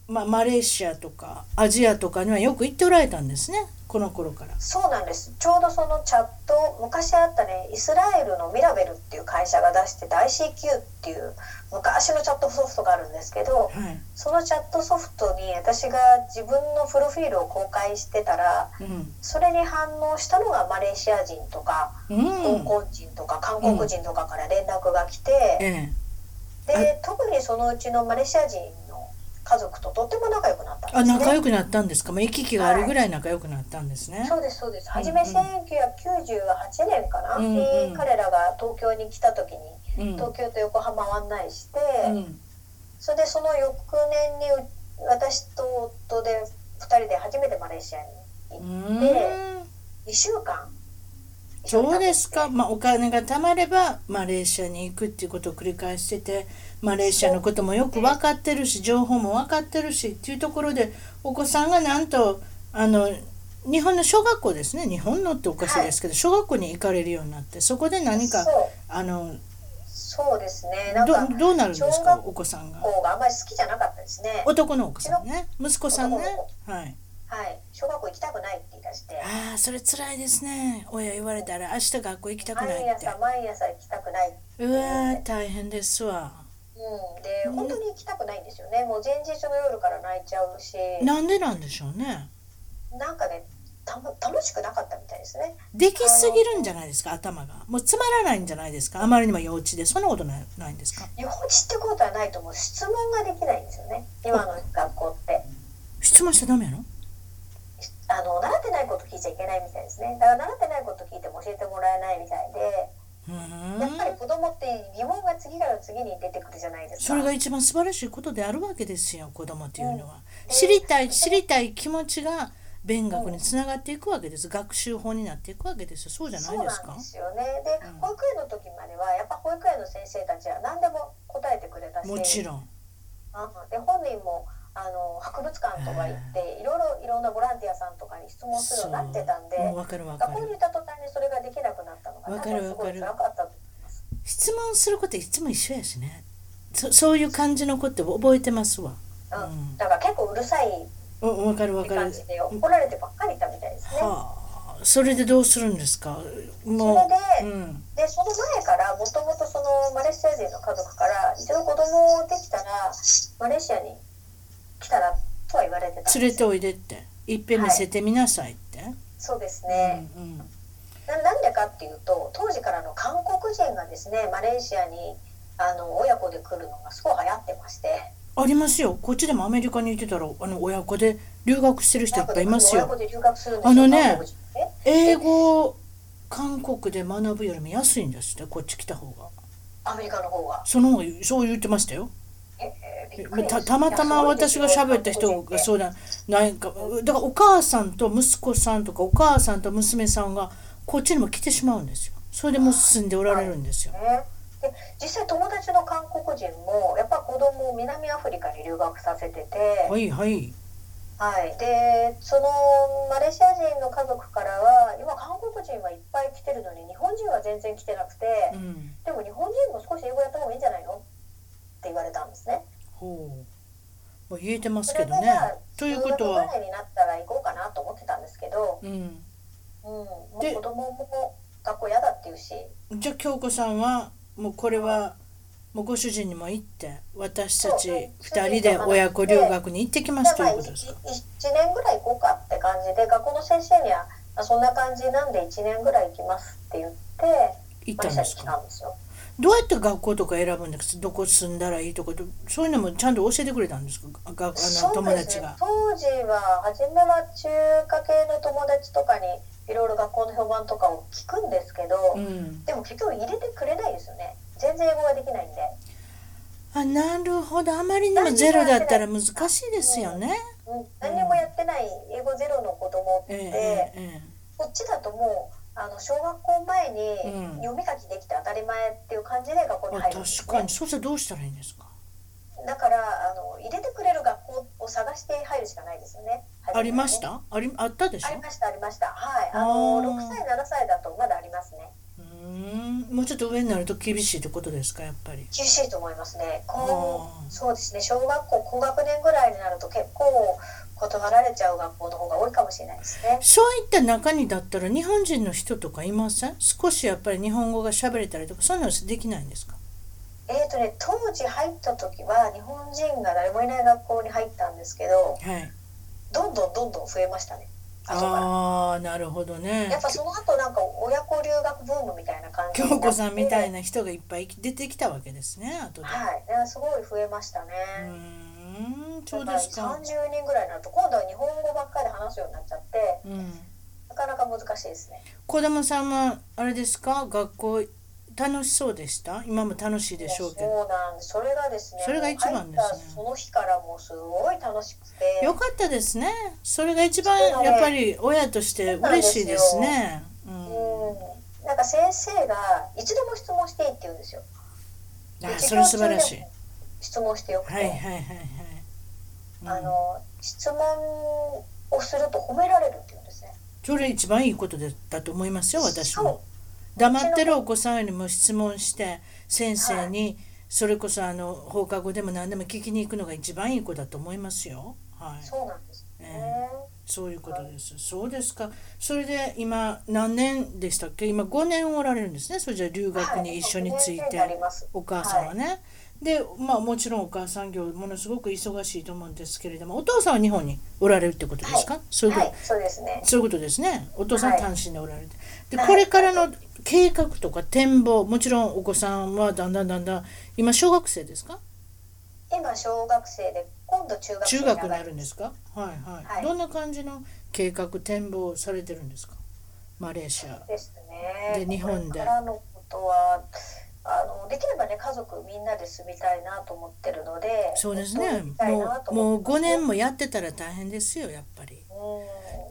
Speaker 1: まあ、マレーシアとかアジアとかにはよく行っておられたんですねこの頃から。
Speaker 2: そうなんですちょうどそのチャット昔あったねイスラエルのミラベルっていう会社が出してた ICQ っていう昔のチャットソフトがあるんですけど
Speaker 1: はい
Speaker 2: そのチャットソフトに私が自分のプロフィールを公開してたら
Speaker 1: うん
Speaker 2: それに反応したのがマレーシア人とか
Speaker 1: う
Speaker 2: 香
Speaker 1: ん
Speaker 2: 港人とか韓国人とかから連絡が来て、
Speaker 1: ええ、
Speaker 2: で特にそのうちのマレーシア人の家族ととっても仲良くなったんで
Speaker 1: あ
Speaker 2: すね。
Speaker 1: 仲良くなったんですか、まあ、行き来があるぐらい仲良くなったんですね。
Speaker 2: そうですそうです。はじ
Speaker 1: う
Speaker 2: め
Speaker 1: んうん
Speaker 2: 1998年かな、
Speaker 1: うんうん
Speaker 2: に彼らが東京に来た時に
Speaker 1: うん
Speaker 2: 東京と横浜を案内して、
Speaker 1: うん
Speaker 2: それでその翌年にう私と夫で2人で初めてマレーシアに
Speaker 1: うん
Speaker 2: 2週間
Speaker 1: そうですか、まあ、お金が貯まればマレーシアに行くっていうことを繰り返しててマレーシアのこともよく分かってるし情報も分かってるしっていうところでお子さんがなんとあの日本の小学校ですね日本のっておかしいですけど、小学校に行かれるようになってそこで何か
Speaker 2: そう
Speaker 1: あの
Speaker 2: そうですねなんか
Speaker 1: どどうなるんです
Speaker 2: 小
Speaker 1: か
Speaker 2: 学
Speaker 1: お子さんが
Speaker 2: 校があんまり好きじゃなかったですね
Speaker 1: 男のお子さんね息子さんね
Speaker 2: 男の
Speaker 1: はい
Speaker 2: はい小学校行きたくないって言い出して
Speaker 1: ああそれ辛いですね親言われたら明日学校行きたくない
Speaker 2: 毎
Speaker 1: って
Speaker 2: 朝毎朝行きたくない、
Speaker 1: うわー大変ですわ
Speaker 2: うん、で本当に行きたくないんですよねもう前日の夜から泣いちゃうし
Speaker 1: なんでなんでしょうね
Speaker 2: なんかねたの楽しくなかったみたいですね
Speaker 1: できすぎるんじゃないですか頭がもうつまらないんじゃないですかあまりにも幼稚でそんなことないないんですか
Speaker 2: 幼稚ってことはないと思う質問ができないんですよね今の学校って
Speaker 1: 質問しちゃダメやろ
Speaker 2: あの習ってないこと聞いちゃいけないみたいですねだから習ってないこと聞いても教えてもらえないみたいで
Speaker 1: う
Speaker 2: やっぱ
Speaker 1: ー
Speaker 2: り
Speaker 1: ん
Speaker 2: 子供って疑問が次から次に出てくるじゃないです
Speaker 1: そ
Speaker 2: か
Speaker 1: れが一番素晴らしいことであるわけですよ子供っていうのは知りたい知りたい気持ちが勉学につながっていくわけです学習法になっていくわけですよそうじゃない
Speaker 2: そう
Speaker 1: です
Speaker 2: なん
Speaker 1: か
Speaker 2: ですよねで、
Speaker 1: うん
Speaker 2: 保育園の時まではやっぱ保育園の先生たちは何でも答えてくれたし
Speaker 1: もちろん
Speaker 2: うんで本人もあの博物館とか行っていろいろいろんなボランティアさんとかに質問するようになってたんで
Speaker 1: もう分かる分か
Speaker 2: 学校に
Speaker 1: る
Speaker 2: いた途端にそれができなくなったのが
Speaker 1: わ
Speaker 2: 多
Speaker 1: かる
Speaker 2: 分すごい辛かったと思います
Speaker 1: 質問することいつも一緒やしねそそういう感じのことを覚えてますわ
Speaker 2: う
Speaker 1: うんん
Speaker 2: だから結構うるさいっ
Speaker 1: うん分かる分
Speaker 2: て
Speaker 1: か
Speaker 2: 感
Speaker 1: る
Speaker 2: じで怒られてばっかりいたみたいですね。
Speaker 1: はあそれでどうするんですかもう
Speaker 2: それで
Speaker 1: うん、
Speaker 2: でその前からもともとそのマレーシア人の家族から一度子供できたらマレーシアに来たらとは言われてた
Speaker 1: 連
Speaker 2: んで
Speaker 1: れ
Speaker 2: す
Speaker 1: て
Speaker 2: よ
Speaker 1: おいでっていっぺん見せてみなさいって、
Speaker 2: そうですね、
Speaker 1: うんうん、
Speaker 2: ななんでかっていうと当時からの韓国人がですねマレーシアにあの親子で来るのがすごい流行ってまして
Speaker 1: ありますよこっちでもアメリカにいてたらあの親子で留学してる人いっぱいいます
Speaker 2: 親子
Speaker 1: よ
Speaker 2: で留学するんですよ
Speaker 1: あのね
Speaker 2: 韓国人ね
Speaker 1: 英語を韓国で学ぶよりも安いんですってこっち来た方が
Speaker 2: アメリカの方が、
Speaker 1: その方がそう言ってましたよ
Speaker 2: えーびっくりです
Speaker 1: たたまたま私が喋った人がそうだなんかだからお母さんと息子さんとかお母さんと娘さんがこっちにも来てしまうんですよそれでもう住んでおられるんですよ
Speaker 2: ねで実際友達の韓国人もやっぱ子供を南アフリカに留学させてて、
Speaker 1: はいはい
Speaker 2: はい、でそのマレーシア人の家族からは今韓国人はいっぱい来てるのに日本人は全然来てなくて、
Speaker 1: うん
Speaker 2: でも日本人も少し英語やった方がいいんじゃないのって言われたんですね。
Speaker 1: ほうまあ言えてます
Speaker 2: そ
Speaker 1: け
Speaker 2: れ
Speaker 1: ど
Speaker 2: が
Speaker 1: ね
Speaker 2: じゃあ
Speaker 1: ということ
Speaker 2: 中学
Speaker 1: は
Speaker 2: ぐらいになったら行こうかなと思ってたんですけど、
Speaker 1: うん
Speaker 2: うん、もう
Speaker 1: で
Speaker 2: 子供も学校嫌だっていうし
Speaker 1: じゃあ京子さんはもうこれはもうご主人にも行って私たち2人で親子留学に行ってきます
Speaker 2: じ
Speaker 1: と
Speaker 2: ゃあ
Speaker 1: い
Speaker 2: まあ
Speaker 1: う
Speaker 2: 1
Speaker 1: ことですか
Speaker 2: 年ぐらい行こうかって感じで学校の先生にはあそんな感じなんで1年ぐらい行きますって言って
Speaker 1: 行っ
Speaker 2: マレ
Speaker 1: たんで
Speaker 2: ーシアに
Speaker 1: す
Speaker 2: 来
Speaker 1: か
Speaker 2: たんですよ。
Speaker 1: どうやって学校とか選ぶんですかどこ住んだらいいとかどそういうのもちゃんと教えてくれたんですかががあの
Speaker 2: そう
Speaker 1: 友
Speaker 2: で
Speaker 1: 達
Speaker 2: すね
Speaker 1: が。
Speaker 2: 当時は初めは中華系の友達とかにいろいろ学校の評判とかを聞くんですけど、
Speaker 1: うん、
Speaker 2: でも結局入れてくれないですよね全然英語ができないんで、
Speaker 1: あなるほどあまりにもゼロだったら難しいですよね。
Speaker 2: うん、何にもやってない英語ゼロの子供って、
Speaker 1: えええ
Speaker 2: こっちだともうあの小学校前
Speaker 1: うん
Speaker 2: に読み書きできて当たり前っていう感じで学校
Speaker 1: ええ
Speaker 2: に
Speaker 1: あ
Speaker 2: 入るんです
Speaker 1: 確
Speaker 2: ね、
Speaker 1: かにそうしたらどうしたらいいんですか
Speaker 2: だからあの入れてくれる学校を探して入るしかないですよね
Speaker 1: ありまし
Speaker 2: 初めはね
Speaker 1: たありあったでし
Speaker 2: あり
Speaker 1: ょ
Speaker 2: ましたありましたはいあ
Speaker 1: あ
Speaker 2: の
Speaker 1: ー
Speaker 2: 6歳7歳だとまだありますね
Speaker 1: うーんもうちょっと上になると厳しいってことですかやっぱり。
Speaker 2: 厳しいと思いますね。こ
Speaker 1: あー
Speaker 2: うそうですね。小学校高学年ぐらいになると結構断られちゃう学校の方が多いかもしれないですね。
Speaker 1: そういった中にだったら日本人の人とかいません少しやっぱり日本語が喋れたりとかそういうのできないんですか
Speaker 2: えっ、とね当時入った時は日本人が誰もいない学校に入ったんですけど、
Speaker 1: はい。
Speaker 2: どんどんどんどん増えましたね。後か
Speaker 1: ああーなるほどね。
Speaker 2: ら。やっぱその後なんか親子留学ブームみたいな感じ
Speaker 1: 京
Speaker 2: になって
Speaker 1: 子さんみたい。な人がいっぱい出てきたわけですね、後で。
Speaker 2: はい。だからすごい増えましたね。
Speaker 1: うーん、そうです
Speaker 2: だから
Speaker 1: か。
Speaker 2: 30人ぐらいになると今度は日本語ばっかり話すようになっちゃって
Speaker 1: うん、
Speaker 2: なかなか難しいですね。
Speaker 1: 子供さんはあれですか、学校楽しそうでした。今も楽しいでしょうけど。
Speaker 2: そうなんです。それがですね。
Speaker 1: それが一番ですね
Speaker 2: もう入ったその日からもうすごい楽しくて。
Speaker 1: よかったですね。それが一番
Speaker 2: そうだね
Speaker 1: やっぱり親として嬉しいですね。うん
Speaker 2: うん。なんか先生が一度も質問していいって言うんですよ。
Speaker 1: あそれ素晴らしい。
Speaker 2: 質問してよくて、
Speaker 1: はいはいはいはい。うん
Speaker 2: あの質問をすると褒められるっていうんですね。
Speaker 1: それ一番いいことだったと思いますよ私
Speaker 2: そう
Speaker 1: も。黙ってるお子さんよりも質問して先生にそれこそあの放課後でも何でも聞きに行くのが一番いい子だと思いますよ。はい。
Speaker 2: そうなんですよね。
Speaker 1: そういうことです。そうですか。それで今何年でしたっけ？今5年おられるんですね。それじゃあ留学に一緒につい
Speaker 2: は
Speaker 1: て、
Speaker 2: いそうですねなります
Speaker 1: お母さんはね。でまあもちろんお母さん業ものすごく忙しいと思うんですけれども、お父さんは日本におられるってことですか？そういうこ
Speaker 2: は
Speaker 1: と、
Speaker 2: い、そうですね。
Speaker 1: そういうことですね。お父さん
Speaker 2: はい
Speaker 1: 単身でおられて、で
Speaker 2: はい
Speaker 1: これからの計画とか展望、もちろんお子さんはだんだんだんだん今小学生ですか？
Speaker 2: 今小学生で今度中学生
Speaker 1: 中学になるんですか。はいはい。
Speaker 2: はい
Speaker 1: どんな感じの計画展望をされてるんですか。マレーシア。
Speaker 2: ですね。
Speaker 1: で日本で
Speaker 2: これからのことはあのできればね家族みんなで住みたいなと思ってるので、
Speaker 1: そうですね
Speaker 2: 住み。たいな
Speaker 1: も
Speaker 2: と
Speaker 1: うも
Speaker 2: 思
Speaker 1: う
Speaker 2: って
Speaker 1: 五
Speaker 2: ますね
Speaker 1: 年もやってたら大変ですよやっぱり。
Speaker 2: うん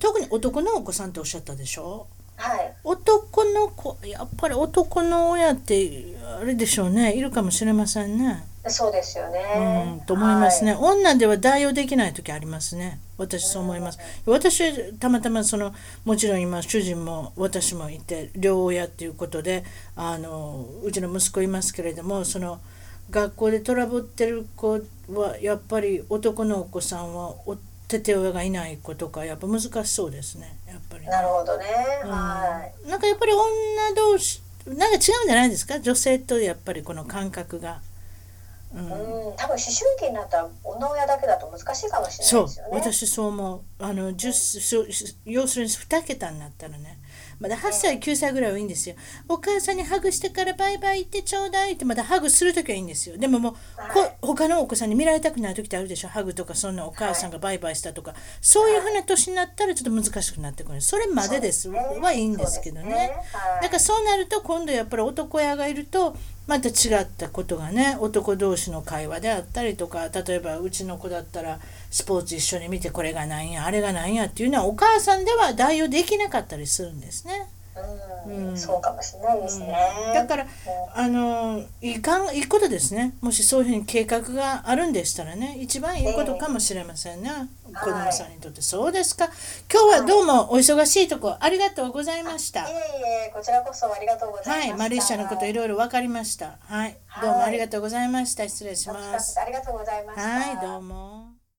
Speaker 1: 特に男のお子さんっておっしゃったでしょ。
Speaker 2: はい。
Speaker 1: 男の子やっぱり男の親ってあれでしょうねいるかもしれませんね。
Speaker 2: そうですよ
Speaker 1: う
Speaker 2: ね
Speaker 1: ん。と思いますね、女では代用できない時ありますね私そう思います、私たまたまそのもちろん今主人も私もいて両親っていうことであのうちの息子いますけれどもその学校でトラブってる子はやっぱり男のお子さんはお手親がいない子とかやっぱ難しそうですねやっぱり
Speaker 2: はい。なるほどね。はい。
Speaker 1: なんかやっぱり女同士なんか違うんじゃないですか女性とやっぱりこの感覚が。うん
Speaker 2: うん、多分思春期になったら女親だけだと難しいかもしれない
Speaker 1: そう
Speaker 2: ですよね。
Speaker 1: 私そう思うあの10そう要するに2桁になったらねまだ8歳9歳ぐらいはいいんですよお母さんにハグしてからバイバイ行ってちょうだいってまだハグする時はいいんですよでももうこ他のお子さんに見られたくない時ってあるでしょハグとかそんなお母さんがバイバイしたとかそういうふうな年になったらちょっと難しくなってくるそれまでです
Speaker 2: そうですね
Speaker 1: はいいんですけど
Speaker 2: そうです
Speaker 1: ね
Speaker 2: ねはい
Speaker 1: だからそうなると今度やっぱり男親がいるとまた違ったことがね男同士の会話であったりとか例えばうちの子だったらスポーツ一緒に見てこれがなんやあれがなんやっていうのはお母さんでは代用できなかったりするんですね。
Speaker 2: うん、そうかもしれないですね。
Speaker 1: だから、あのいいかんいいことですねもしそういうふうに計画があるんでしたらね一番いいことかもしれませんね、子供さんにとってそうですか今日はどうもお忙しいとこありがとうございました。
Speaker 2: いえいえ、こちらこそありがとうございま
Speaker 1: は
Speaker 2: した。
Speaker 1: い、マレーシアのこといろいろ分かりました。はい、どうもありがとうございました。失礼し
Speaker 2: お聞
Speaker 1: ま
Speaker 2: かせ
Speaker 1: す。
Speaker 2: ありがとうございました。
Speaker 1: はい、どうも。